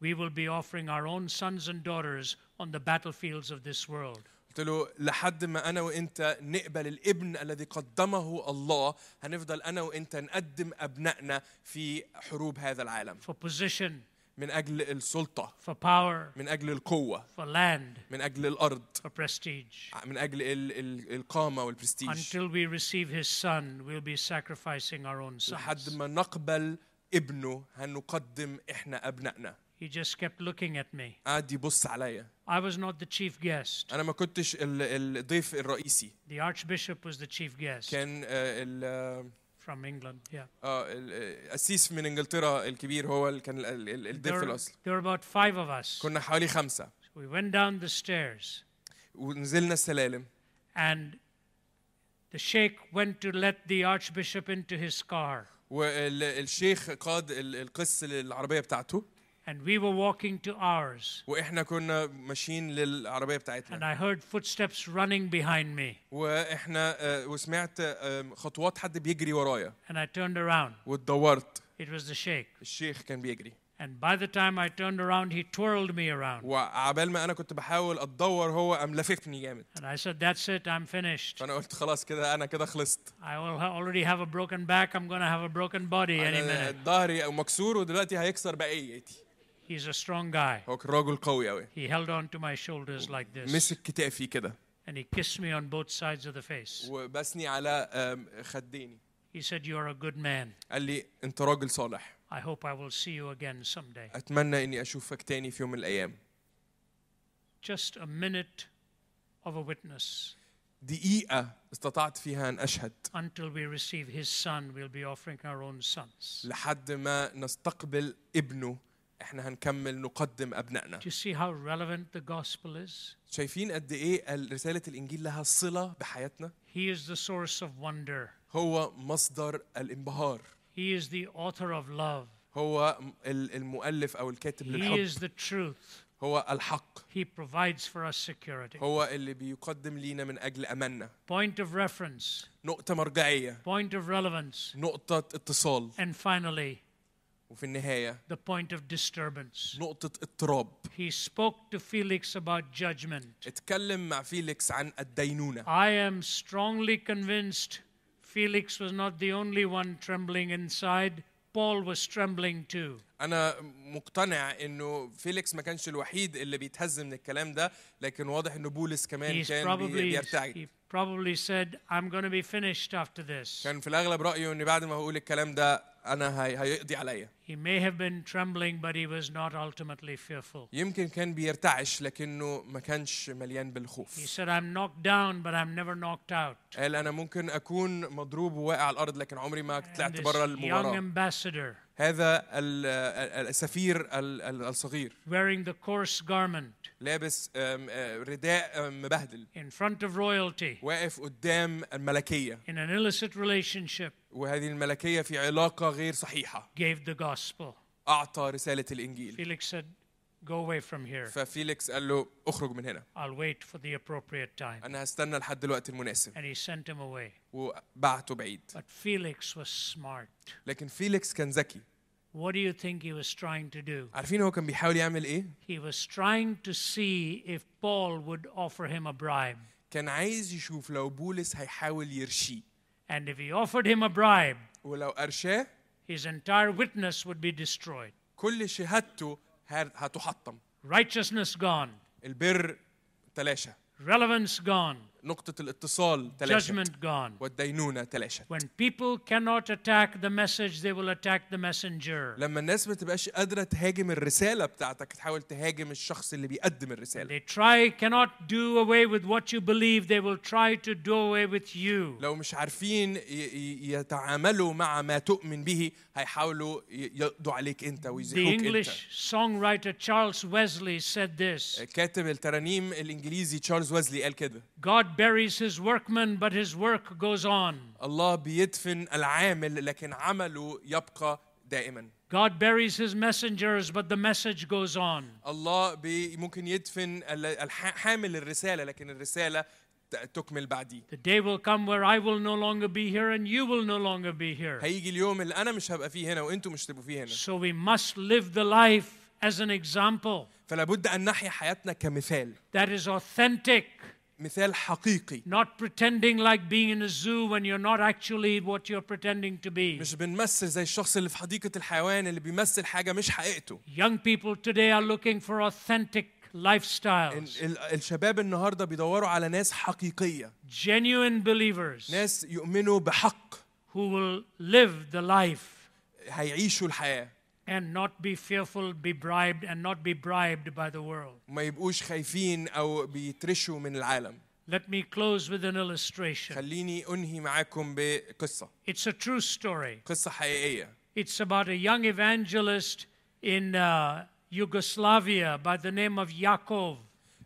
A: we will be offering our own sons and daughters on the battlefields of this world.
B: قلت له لحد ما انا وانت نقبل الابن الذي قدمه الله هنفضل انا وانت نقدم ابنائنا في حروب هذا العالم
A: For position,
B: من اجل السلطه
A: for power,
B: من اجل القوه
A: for land,
B: من اجل الارض
A: for prestige.
B: من اجل ال- ال- القامه والبرستيج
A: Until we receive His Son, we'll be sacrificing our own
B: لحد
A: sons.
B: ما نقبل ابنه هنقدم احنا ابنائنا
A: He just kept looking at me.
B: قعد يبص عليا
A: I was not the chief guest.
B: انا ما كنتش ال- الضيف الرئيسي
A: The Archbishop was the chief guest
B: كان آه، ال- آه،
A: from England. Yeah.
B: آه، ال- آه، القسيس من انجلترا الكبير هو اللي كان ال- ال-
A: There
B: الضيف
A: were,
B: الاصلي
A: there were about five of us.
B: كنا حوالي خمسة
A: We went down the stairs,
B: ونزلنا السلالم
A: and the sheikh went to let the archbishop into his car.
B: والشيخ قاد ال- القس للعربية بتاعته
A: And we were walking to ours.
B: واحنا كنا ماشيين للعربية
A: And
B: بتاعتنا
A: I heard footsteps running behind me.
B: واحنا آه، وسمعت آه، خطوات حد بيجري ورايا
A: And I turned around.
B: واتدورت
A: It was the sheikh.
B: الشيخ كان بيجري
A: And by the time I turned around, he twirled me around.
B: وعبال ما انا كنت بحاول اتدور هو قام لففني جامد
A: And I said, That's it, I'm finished.
B: فانا قلت خلاص كده انا كده خلصت
A: I will ha- already have a broken back. I'm going to have a broken body any
B: أنا
A: minute.
B: ظهري مكسور ودلوقتي هيكسر بقيتي
A: He's a strong guy.
B: هو كان راجل قوي قوي
A: He held on to my shoulders like this.
B: مسك كتافي كده
A: And he kissed me on both sides of the face.
B: وبسني على آم، خديني
A: He said, You're a good man.
B: قال لي انت راجل صالح
A: I hope I will see you again someday.
B: اتمنى اني اشوفك تاني في يوم من الايام
A: Just a minute of a witness.
B: دقيقه استطعت فيها ان اشهد
A: Until we receive his son, we'll be offering our own sons.
B: لحد ما نستقبل ابنه احنا هنكمل نقدم ابنائنا
A: Do you see how relevant the gospel is?
B: شايفين قد ايه ال- رساله الانجيل لها صله بحياتنا
A: He is the source of wonder,
B: هو مصدر الانبهار
A: he is the author of love,
B: هو م- ال- المؤلف او الكاتب
A: he
B: للحب
A: is the truth.
B: هو الحق
A: He provides for us security.
B: هو اللي بيقدم لينا من اجل اماننا
A: Point of reference,
B: نقطه مرجعيه
A: point of relevance,
B: نقطه اتصال
A: and finally,
B: وفي النهايه
A: the point of disturbance.
B: نقطه اضطراب
A: He spoke to Felix about judgment.
B: اتكلم مع فيليكس عن الدينونة
A: I am strongly convinced Felix was not the only one trembling inside. Paul was trembling too.
B: أنا مقتنع إنه فيليكس ما كانش الوحيد اللي بيتهز من الكلام ده لكن واضح إنه بولس كمان
A: He's
B: كان بي-
A: probably
B: بيرتعد
A: he probably said, "I'm going to be finished after this."
B: كان في الأغلب رأيه إن بعد ما هقول الكلام ده أنا هي- هيقضي عليا
A: He may have been trembling, but he was not ultimately fearful.
B: يمكن كان بيرتعش لكنه ما كانش مليان
A: He
B: بالخوف
A: said, "I'm knocked down, but I'm never knocked out."
B: قال أنا ممكن أكون مضروب وواقع على الأرض لكن عمري ما
A: And
B: طلعت بره
A: this young
B: المباراة
A: ambassador
B: هذا ال- ال- السفير ال- ال- الصغير
A: wearing the coarse garment
B: لابس آم، آه، رداء آم، مبهدل
A: in front of royalty
B: واقف قدام الملكية
A: in an illicit relationship
B: وهذه الملكية في علاقة غير صحيحة
A: gave the gospel.
B: أعطى رسالة الإنجيل
A: Felix said, "Go away from here."
B: ففيليكس قال له اخرج من هنا
A: I'll wait for the appropriate time.
B: أنا هستنى لحد الوقت المناسب
A: And he sent him away.
B: وبعته بعيد
A: But Felix was smart.
B: لكن فيليكس كان ذكي
A: What do you think he was trying to do?
B: عارفين هو كان بيحاول يعمل إيه؟
A: He was trying to see if Paul would offer him a bribe.
B: كان عايز يشوف لو بولس هيحاول يرشيه
A: And if he offered him a bribe,
B: ولو أرشاه
A: his entire witness would be destroyed.
B: كل شهادته هت- هتحطم
A: Righteousness gone,
B: البر تلاشى
A: relevance gone,
B: نقطة الاتصال تلاشت
A: Judgment gone.
B: والدينونة تلاشت
A: When people cannot attack the message, they will attack the messenger.
B: لما الناس ما تبقاش قادرة تهاجم الرسالة بتاعتك تحاول تهاجم الشخص اللي بيقدم الرسالة
A: They try, cannot do away with what you believe, they will try to do away with you.
B: لو مش عارفين ي- ي- يتعاملوا مع ما تؤمن به هيحاولوا ي- يقضوا عليك انت
A: The
B: ويزيحوك انت
A: English songwriter Charles Wesley said this
B: كاتب الترانيم الانجليزي تشارلز ويزلي قال كده
A: God buries his workman, but his work goes on.
B: الله بيدفن العامل لكن عمله يبقى دائما
A: God buries his messengers, but the message goes on.
B: الله بي ممكن يدفن ال- الح- حامل الرسالة لكن الرسالة ت- تكمل بعديه
A: The day will come where I will no longer be here and you will no longer be here.
B: هيجي اليوم اللي انا مش هبقى فيه هنا وانتوا مش تبقوا فيه هنا
A: So we must live the life as an example
B: فلا بد ان نحيا حياتنا كمثال
A: that is authentic,
B: مثال حقيقي
A: not pretending like being in a zoo when you're not actually what you're pretending to be.
B: مش بنمثل زي الشخص اللي في حديقة الحيوان اللي بيمثل حاجة مش حقيقته
A: Young people today are looking for authentic lifestyles,
B: ال- ال- الشباب النهاردة بيدوروا على ناس حقيقية
A: genuine believers
B: ناس يؤمنوا بحق
A: who will live the life
B: هيعيشوا الحياة
A: and not be fearful, be bribed, and not be bribed by the world.
B: ما يبقوش خايفين او بيترشوا من العالم
A: Let me close with an illustration.
B: خليني انهي معاكم بقصة
A: It's a true story.
B: قصة حقيقية
A: It's about a young evangelist in uh, Yugoslavia by the name of Yaakov.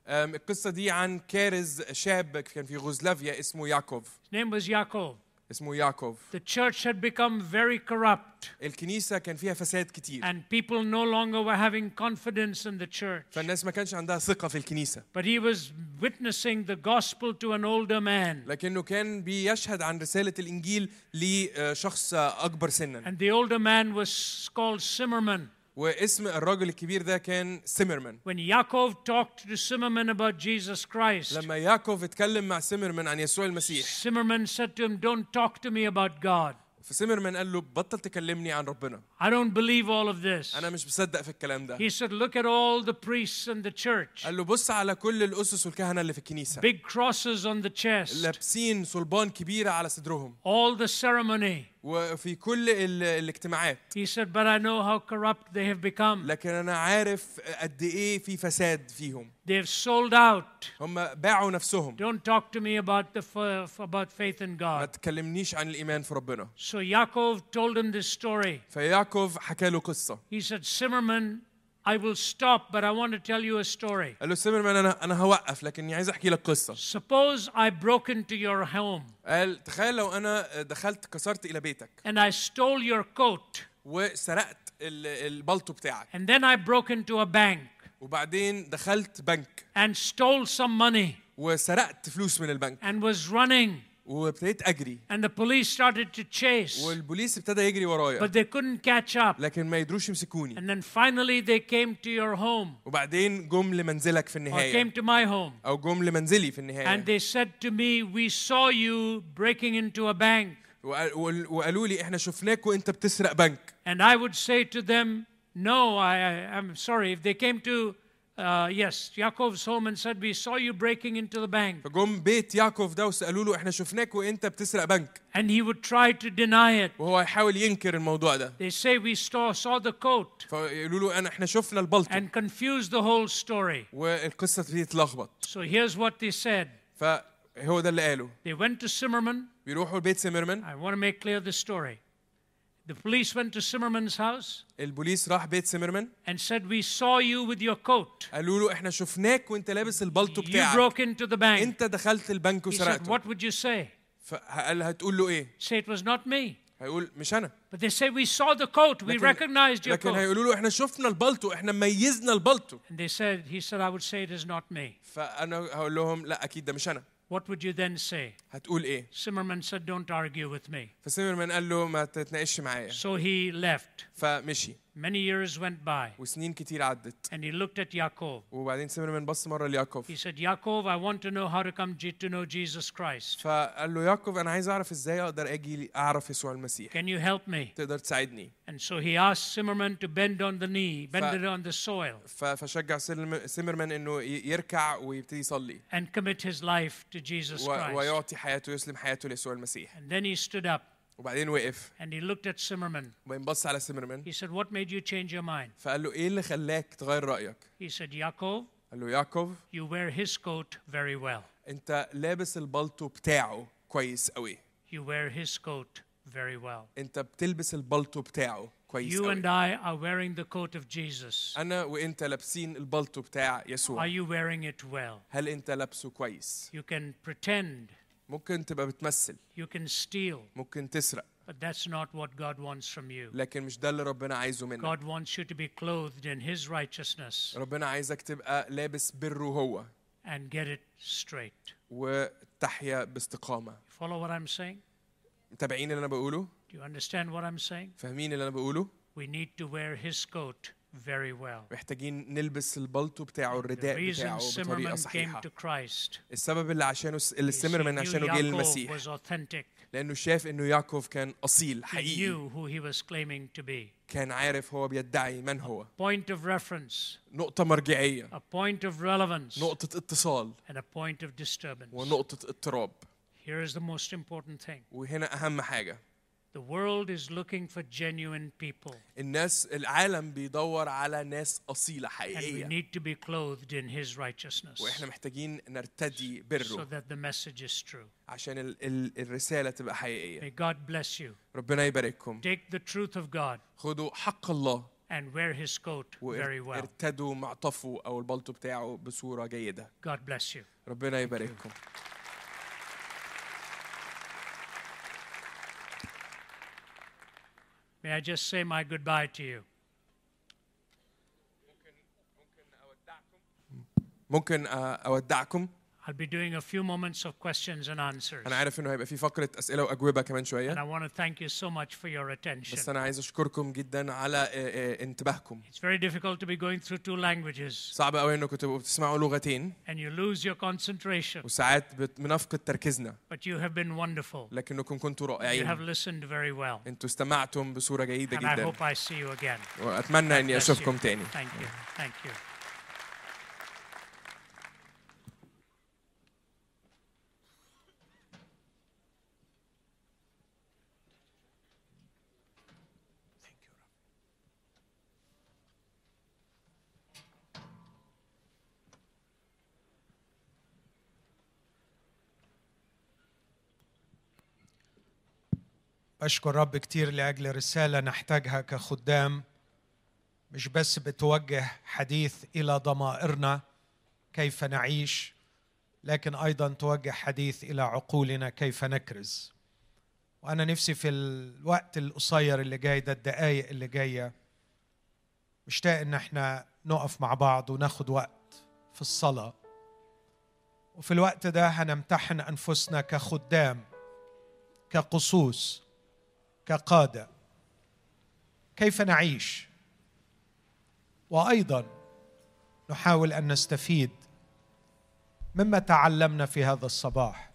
B: أم، القصة دي عن كارز شاب كان في غوزلافيا اسمه ياكوف
A: His name was Yaakov.
B: اسمه ياكوف
A: The church had become very corrupt,
B: الكنيسة كان فيها فساد كتير
A: and people no longer were having confidence in the church.
B: فالناس ما كانش عندها ثقة في الكنيسة
A: But he was witnessing the gospel to an older man,
B: لكنه كان بيشهد عن رسالة الإنجيل لشخص أكبر سنا
A: and the older man was called Zimmerman.
B: واسم الراجل الكبير ده كان سيمرمان
A: When Yaakov talked to Zimmerman about Jesus Christ,
B: لما ياكوف اتكلم مع سيمرمان عن يسوع المسيح
A: Zimmerman said to him, Don't talk to me about God.
B: فسيمرمان قال له بطل تكلمني عن ربنا
A: I don't believe all of this.
B: أنا مش مصدق في الكلام ده
A: He said, Look at all the priests in the church.
B: قال له بص على كل الأسس والكهنة اللي في الكنيسة
A: Big crosses on the chest.
B: لابسين صلبان كبيرة على صدرهم
A: All the ceremony.
B: وفي كل ال- الاجتماعات
A: He said, But I know how corrupt they have become.
B: لكن انا عارف قد ايه في فساد فيهم
A: They've sold out.
B: هم باعوا نفسهم
A: Don't talk to me about, the, f- about faith in
B: ما
A: God.
B: تكلمنيش عن الايمان في ربنا
A: So Yaakov told him this story.
B: فيعقوب حكى له قصه
A: He said, Zimmerman, I will stop, but I want to tell you a story.
B: قال له سيمرمان انا انا هوقف لكني عايز احكي لك قصه
A: Suppose I broke into your home
B: قال تخيل لو انا دخلت كسرت الى بيتك
A: and I stole your coat,
B: وسرقت ال- البلطو بتاعك
A: and then I broke into a bank
B: وبعدين دخلت بنك
A: and stole some money
B: وسرقت فلوس من البنك
A: and was running,
B: وابتديت اجري
A: and the police started to chase,
B: والبوليس ابتدى يجري ورايا
A: but they couldn't catch up.
B: لكن ما يقدروش يمسكوني
A: And then finally they came to your home
B: وبعدين جم لمنزلك في
A: or came
B: النهايه
A: to my home.
B: او جم لمنزلي في النهايه
A: And they said to me, We saw you breaking into a bank.
B: وقال- وقال- وقالوا لي احنا شفناك وانت بتسرق بنك
A: And I would say to them, No, I, I, I'm sorry. If they came to, uh, yes, Yaakov's home and said, We saw you breaking into the bank.
B: فجم بيت يعقوب ده وسالوا له احنا شفناك وانت إيه؟ بتسرق بنك
A: And he would try to deny it.
B: وهو هيحاول ينكر الموضوع ده
A: They say, We saw, saw the coat
B: فيقولوا له انا احنا شفنا البلطو
A: and confuse the whole story.
B: والقصه تبتدي تتلخبط
A: So here's what they said.
B: فهو ده اللي قاله
A: They went to Zimmerman.
B: بيروحوا لبيت سيمرمان
A: I want to make clear the story. The police went to Zimmerman's house
B: البوليس راح بيت سيمرمان
A: and said, We saw you with your coat.
B: قالوا له احنا شفناك وانت لابس البلطو
A: You
B: بتاعك
A: broke into the bank.
B: انت دخلت البنك
A: He said,
B: وسرقته
A: What would you say?
B: فقال هتقول له ايه
A: Say it was not me.
B: هيقول مش انا
A: But they say, We saw the coat. We
B: لكن-
A: recognized your
B: لكن
A: coat.
B: هيقولوا له احنا شفنا البلطو احنا ميزنا البلطو
A: And they said, He said, I would say it is not me.
B: فانا هقول لهم لا اكيد ده مش انا
A: What would you then say?
B: هتقول ايه
A: Zimmerman said, Don't argue with me.
B: فسيمرمان قال له ما تتناقش معايا
A: So he left.
B: فمشي
A: Many years went by,
B: وسنين كتير عدت
A: and he looked at Yaakov.
B: وبعدين سيمون بص مرة ليعقوب
A: He said, Yaakov, I want to know how to come Je- to know Jesus Christ.
B: فقال له يعقوب أنا عايز أعرف إزاي أقدر أجي أعرف يسوع المسيح
A: Can you help me?
B: تقدر تساعدني
A: And so he asked Zimmerman to bend on the knee, bend
B: Fa-
A: it on the soil,
B: ف- فشجع سلم- سيمرمان انه ي- يركع ويبتدي يصلي
A: and commit his life to Jesus
B: و-
A: Christ.
B: ويعطي حياته يسلم حياته ليسوع المسيح
A: And then he stood up
B: وبعدين وقف
A: and he looked at Zimmerman.
B: وبعدين بص على سيمرمان
A: He said, What made you change your mind?
B: فقال له ايه اللي خلاك تغير رايك
A: He said, Yaakov,
B: قال له يعقوب
A: you wear his coat very well.
B: انت لابس البلطو بتاعه كويس قوي
A: You wear his coat very well.
B: انت بتلبس البلطو بتاعه كويس
A: You
B: قوي
A: and I are wearing the coat of Jesus.
B: انا وانت لابسين البلطو بتاع
A: Are
B: يسوع
A: you wearing it well?
B: هل انت لابسه كويس
A: You can pretend,
B: ممكن تبقى بتمثل
A: you can steal,
B: ممكن تسرق
A: but that's not what God wants from you.
B: لكن مش ده اللي ربنا عايزه منك
A: God wants you to be clothed in his righteousness
B: ربنا عايزك تبقى لابس بره هو
A: and get it straight.
B: وتحيا باستقامه
A: Follow what I'm saying?
B: متابعين اللي انا بقوله
A: Do you understand what I'm saying?
B: فاهمين اللي انا بقوله
A: We need to wear his coat very well.
B: محتاجين نلبس البلطو بتاعه
A: The
B: الرداء
A: reason
B: بتاعه بطريقه
A: Zimmerman came
B: صحيحه
A: to Christ
B: السبب اللي عشانه اللي
A: is he
B: سمرمان
A: knew
B: عشانه جه
A: Yaakov
B: للمسيح
A: was authentic.
B: لانه شاف انه يعقوب كان اصيل
A: He
B: حقيقي
A: knew who he was claiming to be.
B: كان عارف هو بيدعي من هو
A: Point of reference,
B: نقطه مرجعيه
A: a point of relevance,
B: نقطه اتصال
A: and a point of disturbance.
B: ونقطه اضطراب
A: Here is the most important thing.
B: وهنا اهم حاجه
A: The world is looking for genuine people,
B: الناس العالم بيدور على ناس اصيله
A: and we
B: حقيقيه
A: need to be clothed in His righteousness
B: واحنا محتاجين نرتدي
A: so
B: بره
A: that the message is true.
B: عشان ال- ال- الرساله تبقى حقيقيه
A: May God bless you.
B: ربنا يبارككم
A: Take the truth of God
B: خدوا حق الله
A: and wear His coat very well.
B: وارتدوا معطفه او البلطو بتاعه بصوره جيده
A: God bless you.
B: ربنا يبارككم
A: May I just say my goodbye to you?
B: ممكن آه، اودعكم
A: I'll be doing a few moments of questions and answers.
B: انا عارف انه هيبقى في فقره اسئله واجوبه كمان
A: And I
B: شويه
A: want to thank you so much for your attention.
B: بس انا عايز اشكركم جدا على آه، آه، انتباهكم
A: It's very difficult to be going through two languages
B: صعب قوي انكم تبقوا بتسمعوا لغتين
A: and you lose your concentration,
B: وساعات بت- بنفقد تركيزنا
A: but you have been wonderful.
B: لكنكم كنتوا
A: You have
B: رائعين
A: listened very well.
B: انتوا استمعتم بصوره جيده
A: And I
B: جدا
A: hope I see you again.
B: واتمنى اني
A: Bless you.
B: اشوفكم تاني
A: Thank you. Thank you.
C: بشكر رب كتير لأجل رسالة نحتاجها كخدام مش بس بتوجه حديث إلى ضمائرنا كيف نعيش لكن أيضا توجه حديث إلى عقولنا كيف نكرز وأنا نفسي في الوقت القصير اللي جاي ده الدقايق اللي جاية مشتاق إن احنا نقف مع بعض وناخد وقت في الصلاة وفي الوقت ده هنمتحن أنفسنا كخدام كقصوص كقاده كيف نعيش وايضا نحاول ان نستفيد مما تعلمنا في هذا الصباح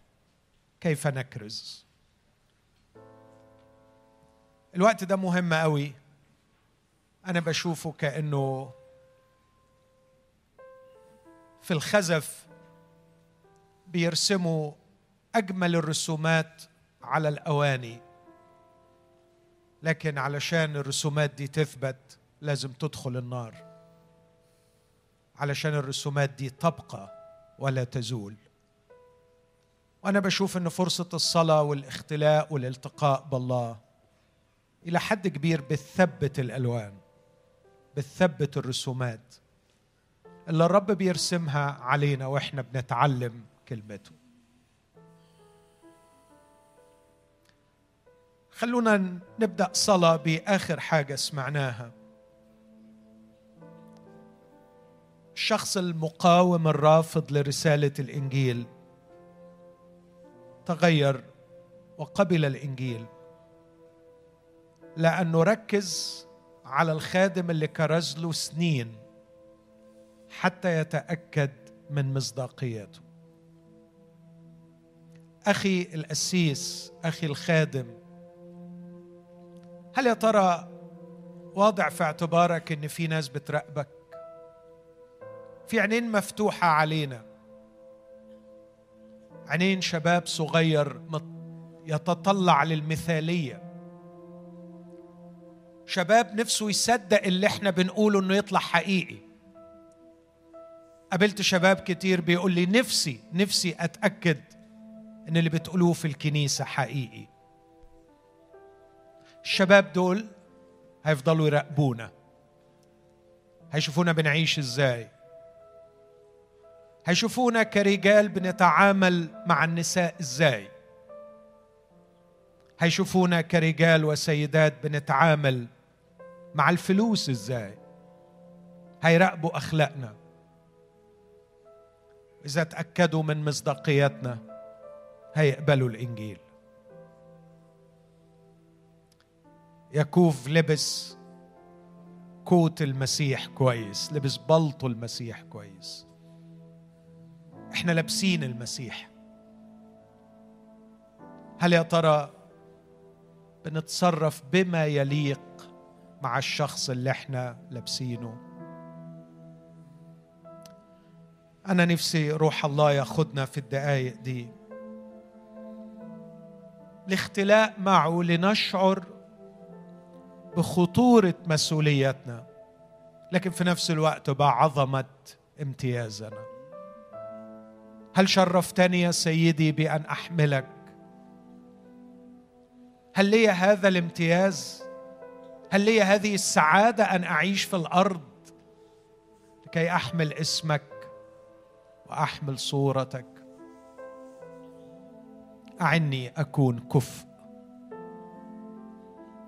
C: كيف نكرز الوقت ده مهم قوي انا بشوفه كانه في الخزف بيرسموا اجمل الرسومات على الاواني لكن علشان الرسومات دي تثبت لازم تدخل النار علشان الرسومات دي تبقى ولا تزول وانا بشوف ان فرصه الصلاه والاختلاء والالتقاء بالله الى حد كبير بتثبت الالوان بتثبت الرسومات اللي الرب بيرسمها علينا واحنا بنتعلم كلمته خلونا نبدا صلاه باخر حاجه سمعناها الشخص المقاوم الرافض لرساله الانجيل تغير وقبل الانجيل لانه ركز على الخادم اللي كرز له سنين حتى يتاكد من مصداقيته اخي الاسيس اخي الخادم هل يا ترى واضع في اعتبارك ان في ناس بتراقبك في عينين مفتوحه علينا عينين شباب صغير مت- يتطلع للمثاليه شباب نفسه يصدق اللي احنا بنقوله انه يطلع حقيقي قابلت شباب كتير بيقول لي نفسي نفسي اتاكد ان اللي بتقولوه في الكنيسه حقيقي الشباب دول هيفضلوا يراقبونا هيشوفونا بنعيش ازاي هيشوفونا كرجال بنتعامل مع النساء ازاي هيشوفونا كرجال وسيدات بنتعامل مع الفلوس ازاي هيراقبوا اخلاقنا اذا تاكدوا من مصداقيتنا هيقبلوا الانجيل يكوف لبس كوت المسيح كويس لبس بلطو المسيح كويس احنا لابسين المسيح هل يا ترى بنتصرف بما يليق مع الشخص اللي احنا لابسينه انا نفسي روح الله ياخدنا في الدقايق دي الاختلاء معه لنشعر بخطوره مسؤوليتنا لكن في نفس الوقت بعظمه امتيازنا هل شرفتني يا سيدي بان احملك هل لي هذا الامتياز هل لي هذه السعاده ان اعيش في الارض لكي احمل اسمك واحمل صورتك اعني اكون كفء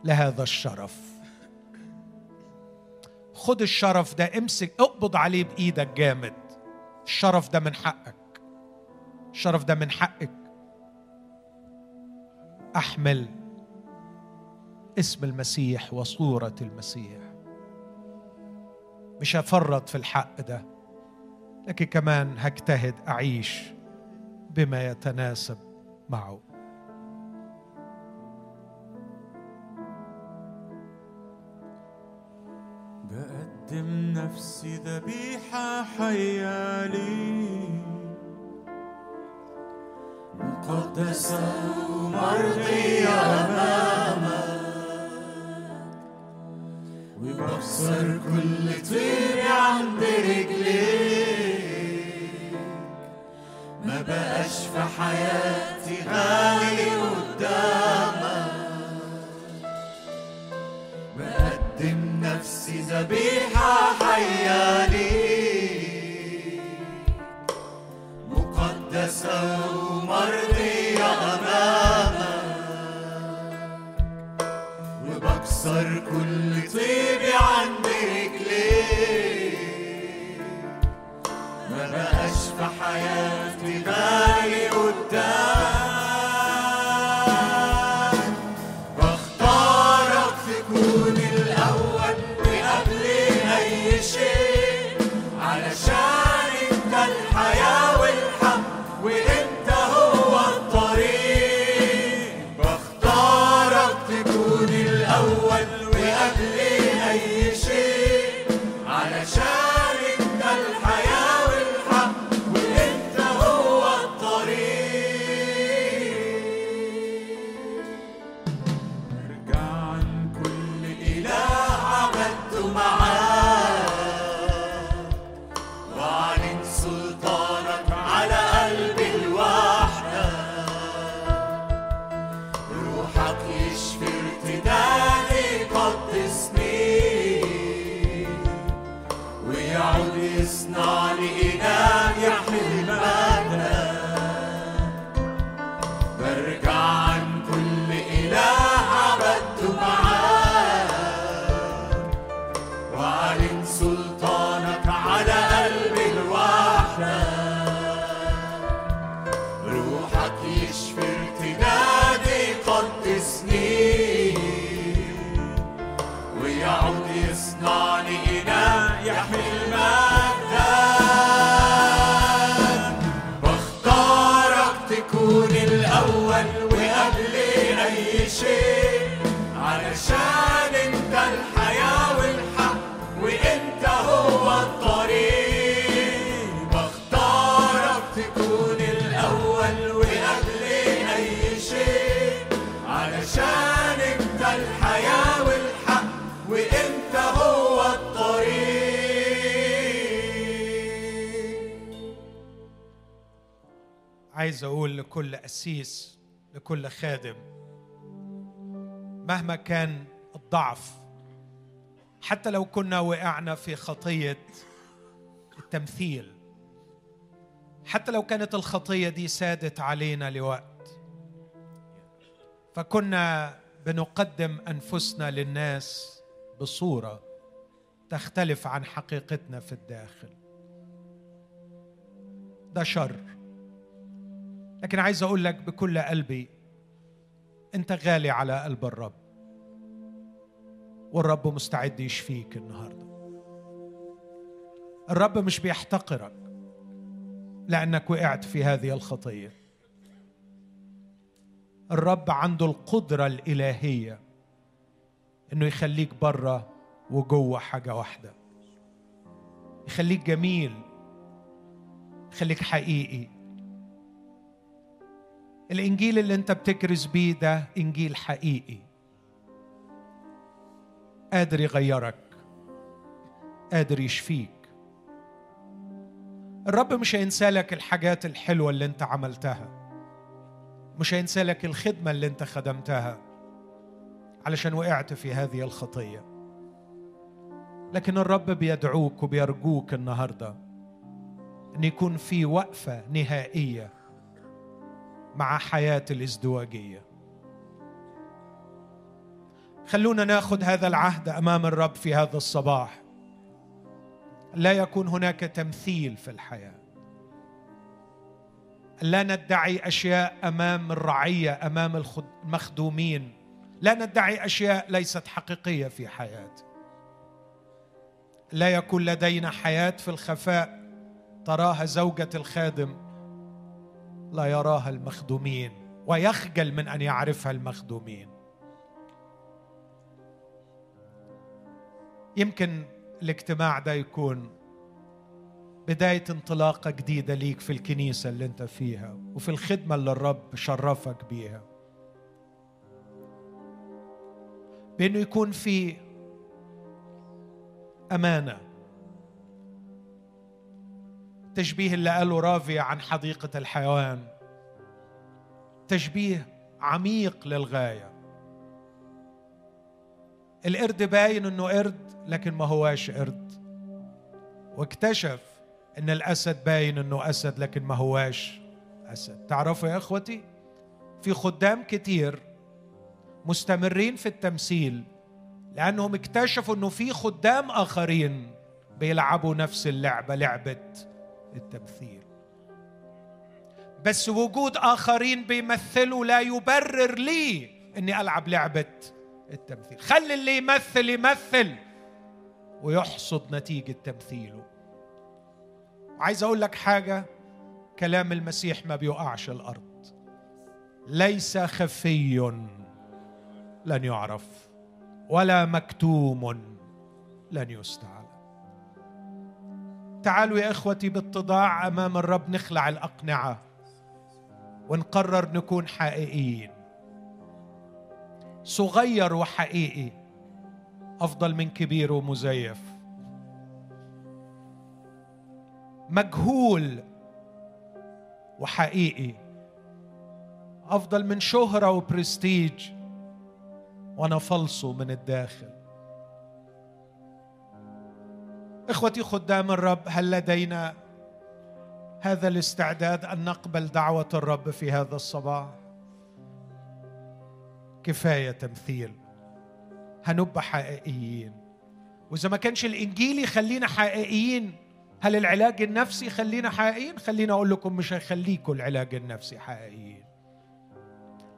C: لهذا الشرف خد الشرف ده امسك اقبض عليه بايدك جامد الشرف ده من حقك الشرف ده من حقك احمل اسم المسيح وصوره المسيح مش هفرط في الحق ده لكن كمان هجتهد اعيش بما يتناسب معه
D: بقدم نفسي ذبيحة حية لي مقدسة ومرضية أمامك وبكسر كل طيب عند رجليك ما بقاش في حياتي غالي قدامك بقدم نفسي ذبيحة حية ليك مقدسة ومرضية أمامك وبكسر كل طيب طيبي عند رجليك ما بقاش في حياتي غالي قدامك بختارك تكون الأول من قبل أي شيء علشان أنت الحياة والحب وأنت هو الطريق بختارك تكون الأول وقبل أي شيء علشان أنت الحياة والحب وأنت هو الطريق ارجع عن كل إله عبدته معاه وأعلن سلطانك على قلبي الوحدة روحك يشفي ارتدادي قدسني ويعود يصنع لي إله يحمي المجد برجع عن كل إله عبدته معاك وأعلن سلطانك على قلبي الوحدة روحك يشفي ارتدادي قدسني ويعود
C: عايز اقول لكل قسيس لكل خادم مهما كان الضعف حتى لو كنا وقعنا في خطيه التمثيل حتى لو كانت الخطيه دي سادت علينا لوقت فكنا بنقدم انفسنا للناس بصوره تختلف عن حقيقتنا في الداخل ده شر لكن عايز اقول لك بكل قلبي انت غالي على قلب الرب والرب مستعد يشفيك النهارده الرب مش بيحتقرك لانك وقعت في هذه الخطيه الرب عنده القدره الالهيه انه يخليك بره وجوه حاجه واحده يخليك جميل يخليك حقيقي الانجيل اللي انت بتكرز بيه ده انجيل حقيقي قادر يغيرك قادر يشفيك الرب مش هينسى لك الحاجات الحلوه اللي انت عملتها مش هينسى لك الخدمه اللي انت خدمتها علشان وقعت في هذه الخطيه لكن الرب بيدعوك وبيرجوك النهارده ان يكون في وقفه نهائيه مع حياه الازدواجيه خلونا ناخد هذا العهد امام الرب في هذا الصباح لا يكون هناك تمثيل في الحياه لا ندعي اشياء امام الرعيه امام الخد- المخدومين لا ندعي اشياء ليست حقيقيه في حياتي لا يكون لدينا حياه في الخفاء تراها زوجه الخادم لا يراها المخدومين ويخجل من ان يعرفها المخدومين يمكن الاجتماع ده يكون بداية انطلاقة جديدة ليك في الكنيسة اللي انت فيها وفي الخدمة اللي الرب شرفك بيها بأنه يكون في أمانة تشبيه اللي قاله رافي عن حديقة الحيوان تشبيه عميق للغايه القرد باين انه قرد لكن ما هواش قرد واكتشف ان الاسد باين انه اسد لكن ما هواش اسد تعرفوا يا اخوتي في خدام كتير مستمرين في التمثيل لانهم اكتشفوا انه في خدام اخرين بيلعبوا نفس اللعبه لعبه التمثيل بس وجود اخرين بيمثلوا لا يبرر لي اني العب لعبه التمثيل خلي اللي يمثل يمثل ويحصد نتيجه تمثيله عايز اقول لك حاجه كلام المسيح ما بيقعش الارض ليس خفي لن يعرف ولا مكتوم لن يستعلم تعالوا يا اخوتي باتضاع امام الرب نخلع الاقنعه ونقرر نكون حقيقيين صغير وحقيقي افضل من كبير ومزيف مجهول وحقيقي افضل من شهره وبرستيج وانا فلصه من الداخل اخوتي خدام الرب هل لدينا هذا الاستعداد ان نقبل دعوه الرب في هذا الصباح كفايه تمثيل هنبقى حقيقيين واذا ما كانش الانجيل يخلينا حقيقيين هل العلاج النفسي يخلينا حقيقيين خلينا اقول لكم مش هيخليكم العلاج النفسي حقيقيين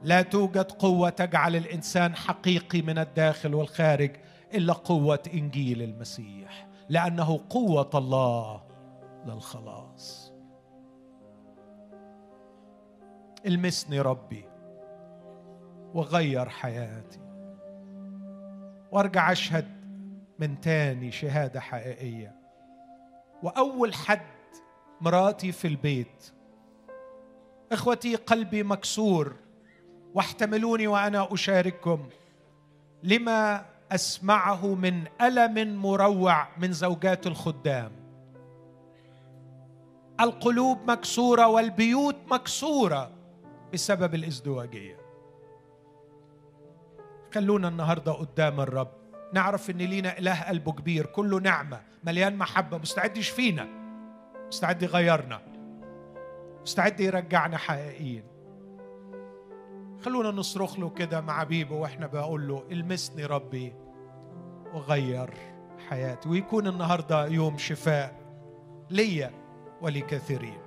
C: لا توجد قوه تجعل الانسان حقيقي من الداخل والخارج الا قوه انجيل المسيح لانه قوه الله للخلاص المسني ربي وغير حياتي وارجع اشهد من تاني شهاده حقيقيه واول حد مراتي في البيت اخوتي قلبي مكسور واحتملوني وانا اشارككم لما اسمعه من الم مروع من زوجات الخدام القلوب مكسوره والبيوت مكسوره بسبب الازدواجيه خلونا النهارده قدام الرب نعرف ان لينا اله قلبه كبير كله نعمه مليان محبه مستعد يشفينا مستعد يغيرنا مستعد يرجعنا حقيقيين خلونا نصرخ له كده مع بيبه واحنا بقول له المسني ربي وغير حياتي ويكون النهارده يوم شفاء ليا ولكثيرين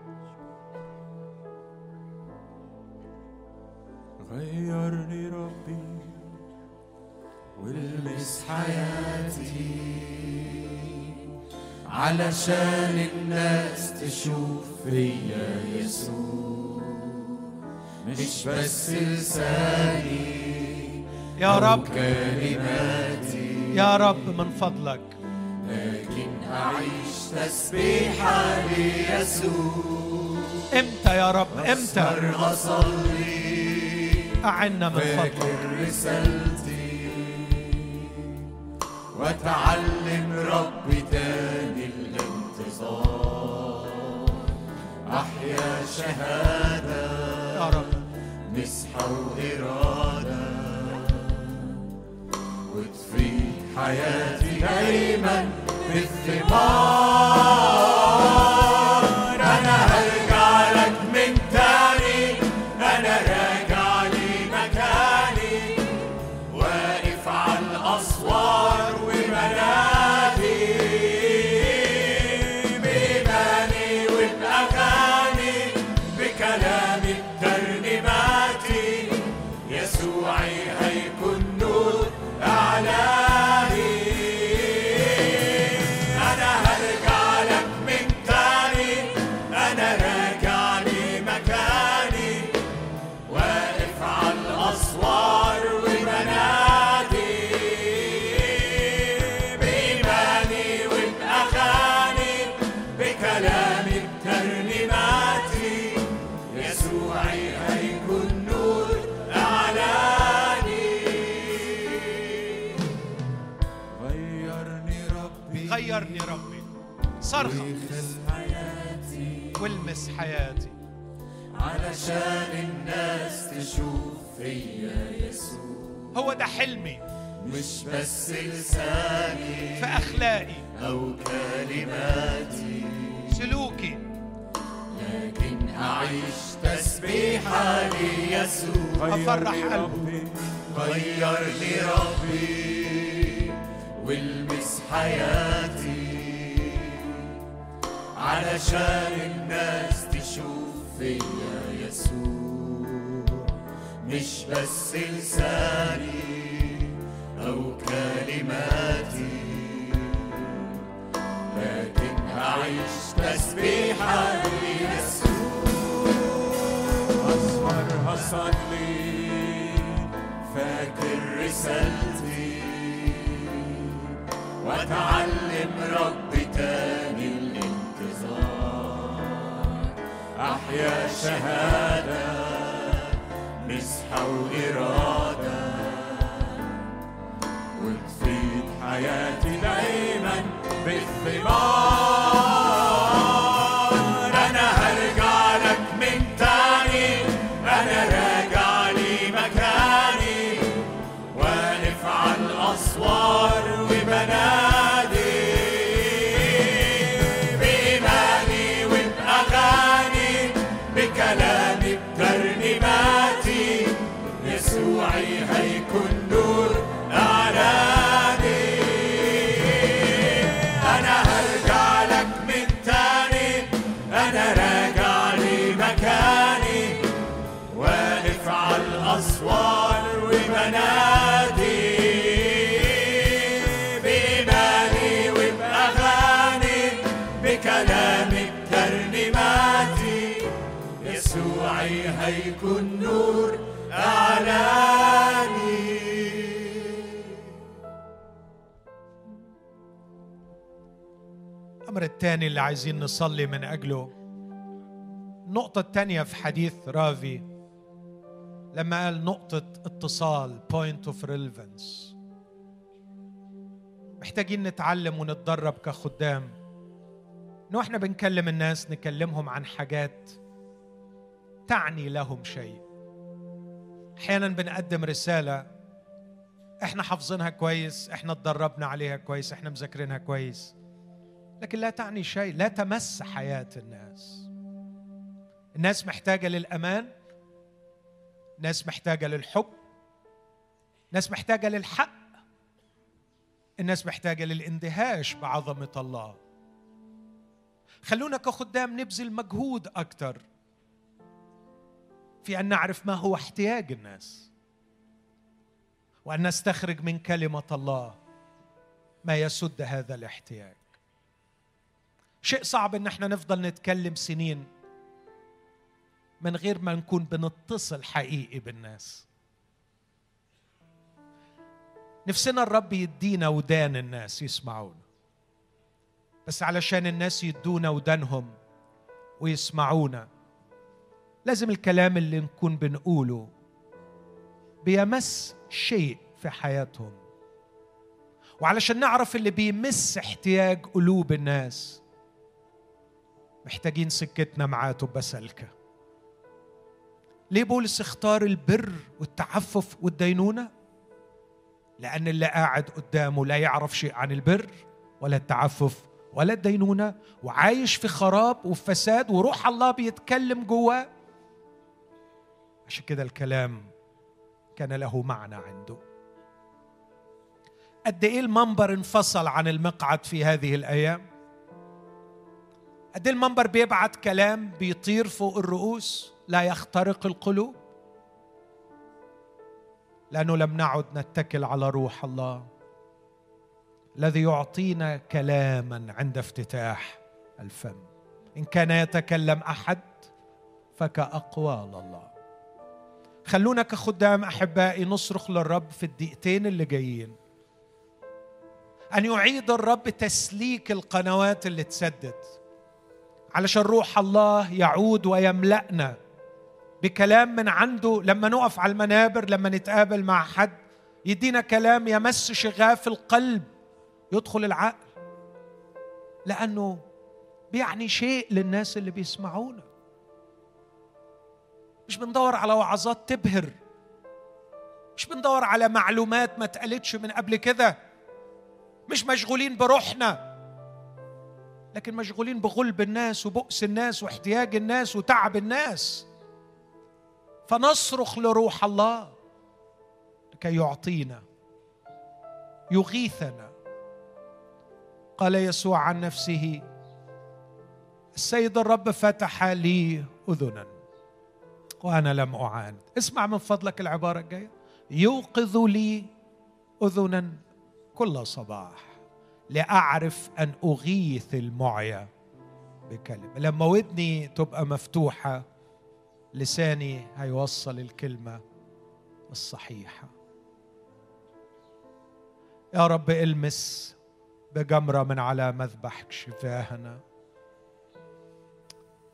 E: غيرني ربي والمس حياتي علشان الناس تشوف فيا يسوع مش بس لساني
C: يا رب
E: كلماتي
C: يا رب من فضلك
E: لكن أعيش تسبيحة ليسوع
C: امتى يا رب امتى
E: أسهر أصلي
C: اعنا من فضلك
E: فاكر رسالتي واتعلم ربي تاني الانتظار احيا شهاده
C: يا رب
E: مسحه واراده وتفيد حياتي دايما بالثمار انا هرجع لك من تاني انا راجع لمكاني واقف على الاسوار ومنادي بايماني وباغاني بكلامي بترنيماتي يسوعي هيكون نور اعلاني انا هرجع لك من تاني انا راجع لمكاني واقف على الأسوار وبنادي بإيماني وبأغاني بكلامي بترنيماتي يسوعي هيكون نور أعلاني غيرني ربي
C: غيرني ربي صرخه والمس حياتي
E: علشان الناس تشوف فيا يسوع
C: هو ده حلمي
E: مش بس لساني
C: في اخلاقي
E: أو كلماتي
C: سلوكي
E: لكن أعيش تسبيحة ليسوع
C: افرح قلبه
E: غيرني ربي والمس حياتي علشان الناس تشوف فيا يسوع مش بس لساني أو كلماتي لكن أعيش تسبيحة ليسوع أسهر أصلي فاكر رسالتي وأتعلم ربي تاني الانتظار أحيا شهادة مسحة وإرادة وتفيد حياتي دايما بالثمار انا هرجع لك من تاني انا راجع لمكاني واقف على الاسوار وبنادي بايماني وباغاني بكلامي بترنيماتي يسوعي هيكون نور اعلاني انا هرجع لك من تاني انا راجع لمكاني واقف على الاسوار وبنادي بايماني وباغاني بكلامي بترنيماتي يسوعي هيكون نور اعلاني
C: الامر الثاني اللي عايزين نصلي من اجله النقطه الثانيه في حديث رافي لما قال نقطه اتصال point of relevance محتاجين نتعلم ونتدرب كخدام انه احنا بنكلم الناس نكلمهم عن حاجات تعني لهم شيء احيانا بنقدم رساله احنا حافظينها كويس احنا اتدربنا عليها كويس احنا مذاكرينها كويس لكن لا تعني شيء لا تمس حياه الناس الناس محتاجه للامان ناس محتاجه للحب ناس محتاجه للحق الناس محتاجه للاندهاش بعظمه الله خلونا كخدام نبذل مجهود اكتر في ان نعرف ما هو احتياج الناس وان نستخرج من كلمه الله ما يسد هذا الاحتياج شيء صعب ان احنا نفضل نتكلم سنين من غير ما نكون بنتصل حقيقي بالناس نفسنا الرب يدينا ودان الناس يسمعونا بس علشان الناس يدونا ودانهم ويسمعونا لازم الكلام اللي نكون بنقوله بيمس شيء في حياتهم وعلشان نعرف اللي بيمس احتياج قلوب الناس محتاجين سكتنا معاه تبقى سالكه ليه بولس اختار البر والتعفف والدينونه لان اللي قاعد قدامه لا يعرف شيء عن البر ولا التعفف ولا الدينونه وعايش في خراب وفساد وروح الله بيتكلم جواه عشان كده الكلام كان له معنى عنده قد ايه المنبر انفصل عن المقعد في هذه الايام قد ايه المنبر بيبعت كلام بيطير فوق الرؤوس لا يخترق القلوب لانه لم نعد نتكل على روح الله الذي يعطينا كلاما عند افتتاح الفم ان كان يتكلم احد فكاقوال الله خلونا كخدام احبائي نصرخ للرب في الدقيقتين اللي جايين ان يعيد الرب تسليك القنوات اللي اتسدت علشان روح الله يعود ويملأنا بكلام من عنده لما نقف على المنابر لما نتقابل مع حد يدينا كلام يمس شغاف القلب يدخل العقل لأنه بيعني شيء للناس اللي بيسمعونا مش بندور على وعظات تبهر مش بندور على معلومات ما اتقالتش من قبل كده مش مشغولين بروحنا لكن مشغولين بغلب الناس وبؤس الناس واحتياج الناس وتعب الناس فنصرخ لروح الله لكي يعطينا يغيثنا قال يسوع عن نفسه السيد الرب فتح لي اذنا وانا لم اعاند اسمع من فضلك العباره الجايه يوقظ لي اذنا كل صباح لاعرف ان اغيث المعيا بكلمه لما ودني تبقى مفتوحه لساني هيوصل الكلمه الصحيحه يا رب المس بجمره من على مذبحك شفاهنا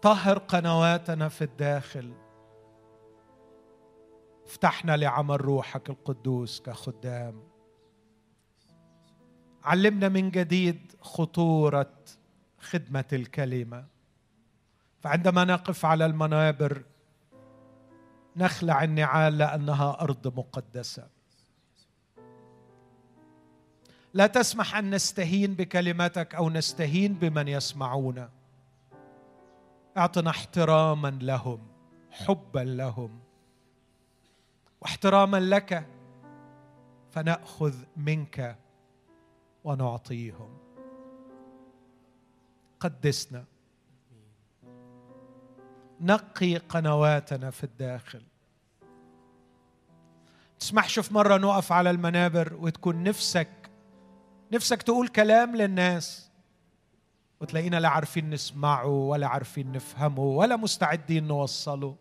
C: طهر قنواتنا في الداخل افتحنا لعمل روحك القدوس كخدام علمنا من جديد خطوره خدمه الكلمه فعندما نقف على المنابر نخلع النعال لانها ارض مقدسه لا تسمح ان نستهين بكلمتك او نستهين بمن يسمعونا اعطنا احتراما لهم حبا لهم واحتراما لك فناخذ منك ونعطيهم قدسنا نقي قنواتنا في الداخل تسمحش في مرة نقف على المنابر وتكون نفسك نفسك تقول كلام للناس وتلاقينا لا عارفين نسمعه ولا عارفين نفهمه ولا مستعدين نوصله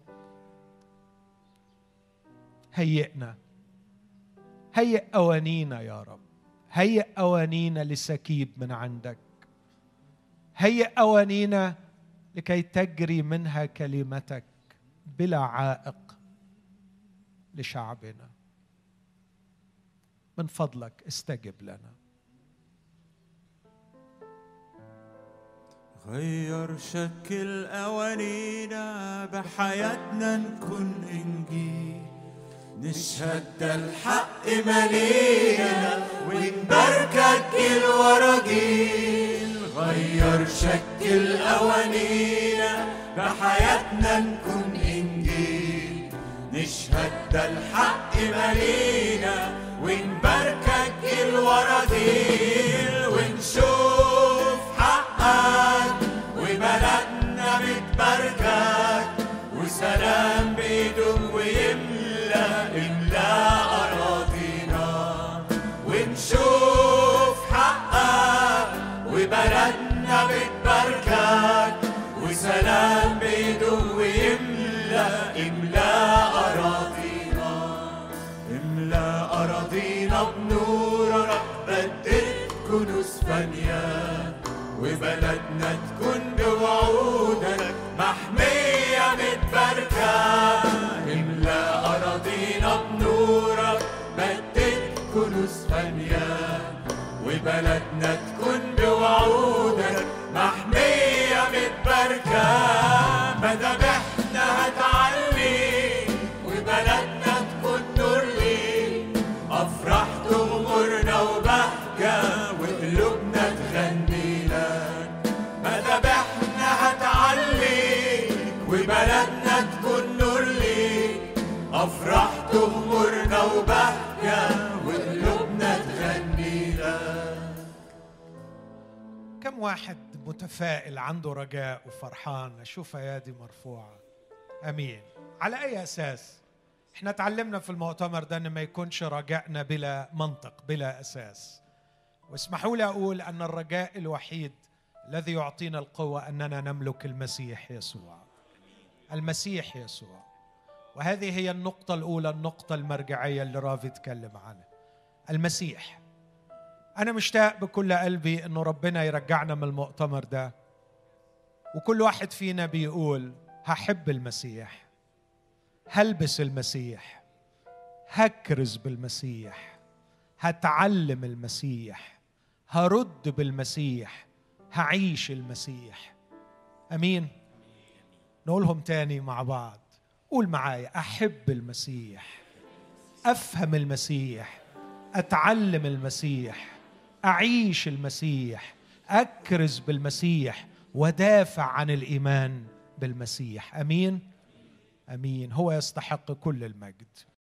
C: هيئنا هيئ أوانينا يا رب هيئ أوانينا لسكيب من عندك هيئ أوانينا لكي تجري منها كلمتك بلا عائق لشعبنا من فضلك استجب لنا
E: غير شكل أوانينا بحياتنا نكون إنجيل نشهد ده الحق مالينا ونباركك جيل ورا جيل غير شكل أوانينا بحياتنا نكون إنجيل نشهد ده الحق مالينا ونباركك جيل ورا جيل ونشوف حقك وبلدنا بتباركك وسلام بيدوم ويملى املى اراضينا ونشوف حقك وبلدنا بتباركك وسلام بيدوم ويملى املى اراضينا املا اراضينا بنورك بدل كنوز فانية وبلدنا تكون بوعودك محمية متباركة املا اراضينا بنورك بدل كنوز فانية وبلدنا تكون بوعودك محمية متباركة مذابحنا هتعلي وبلدنا تكون نور لي أفراح تغمرنا وبهجة وقلوبنا تغني لك مذابحنا هتعلي وبلدنا تكون نور لي أفراح تغمرنا وبهجة وقلوبنا تغني لك
C: كم واحد متفائل عنده رجاء وفرحان اشوف ايادي مرفوعه امين على اي اساس احنا اتعلمنا في المؤتمر ده ان ما يكونش رجائنا بلا منطق بلا اساس واسمحوا لي اقول ان الرجاء الوحيد الذي يعطينا القوه اننا نملك المسيح يسوع المسيح يسوع وهذه هي النقطه الاولى النقطه المرجعيه اللي رافي اتكلم عنها المسيح أنا مشتاق بكل قلبي إنه ربنا يرجعنا من المؤتمر ده وكل واحد فينا بيقول هحب المسيح هلبس المسيح هكرز بالمسيح هتعلم المسيح هرد بالمسيح هعيش المسيح أمين نقولهم تاني مع بعض قول معايا أحب المسيح افهم المسيح اتعلم المسيح اعيش المسيح اكرز بالمسيح ودافع عن الايمان بالمسيح امين امين هو يستحق كل المجد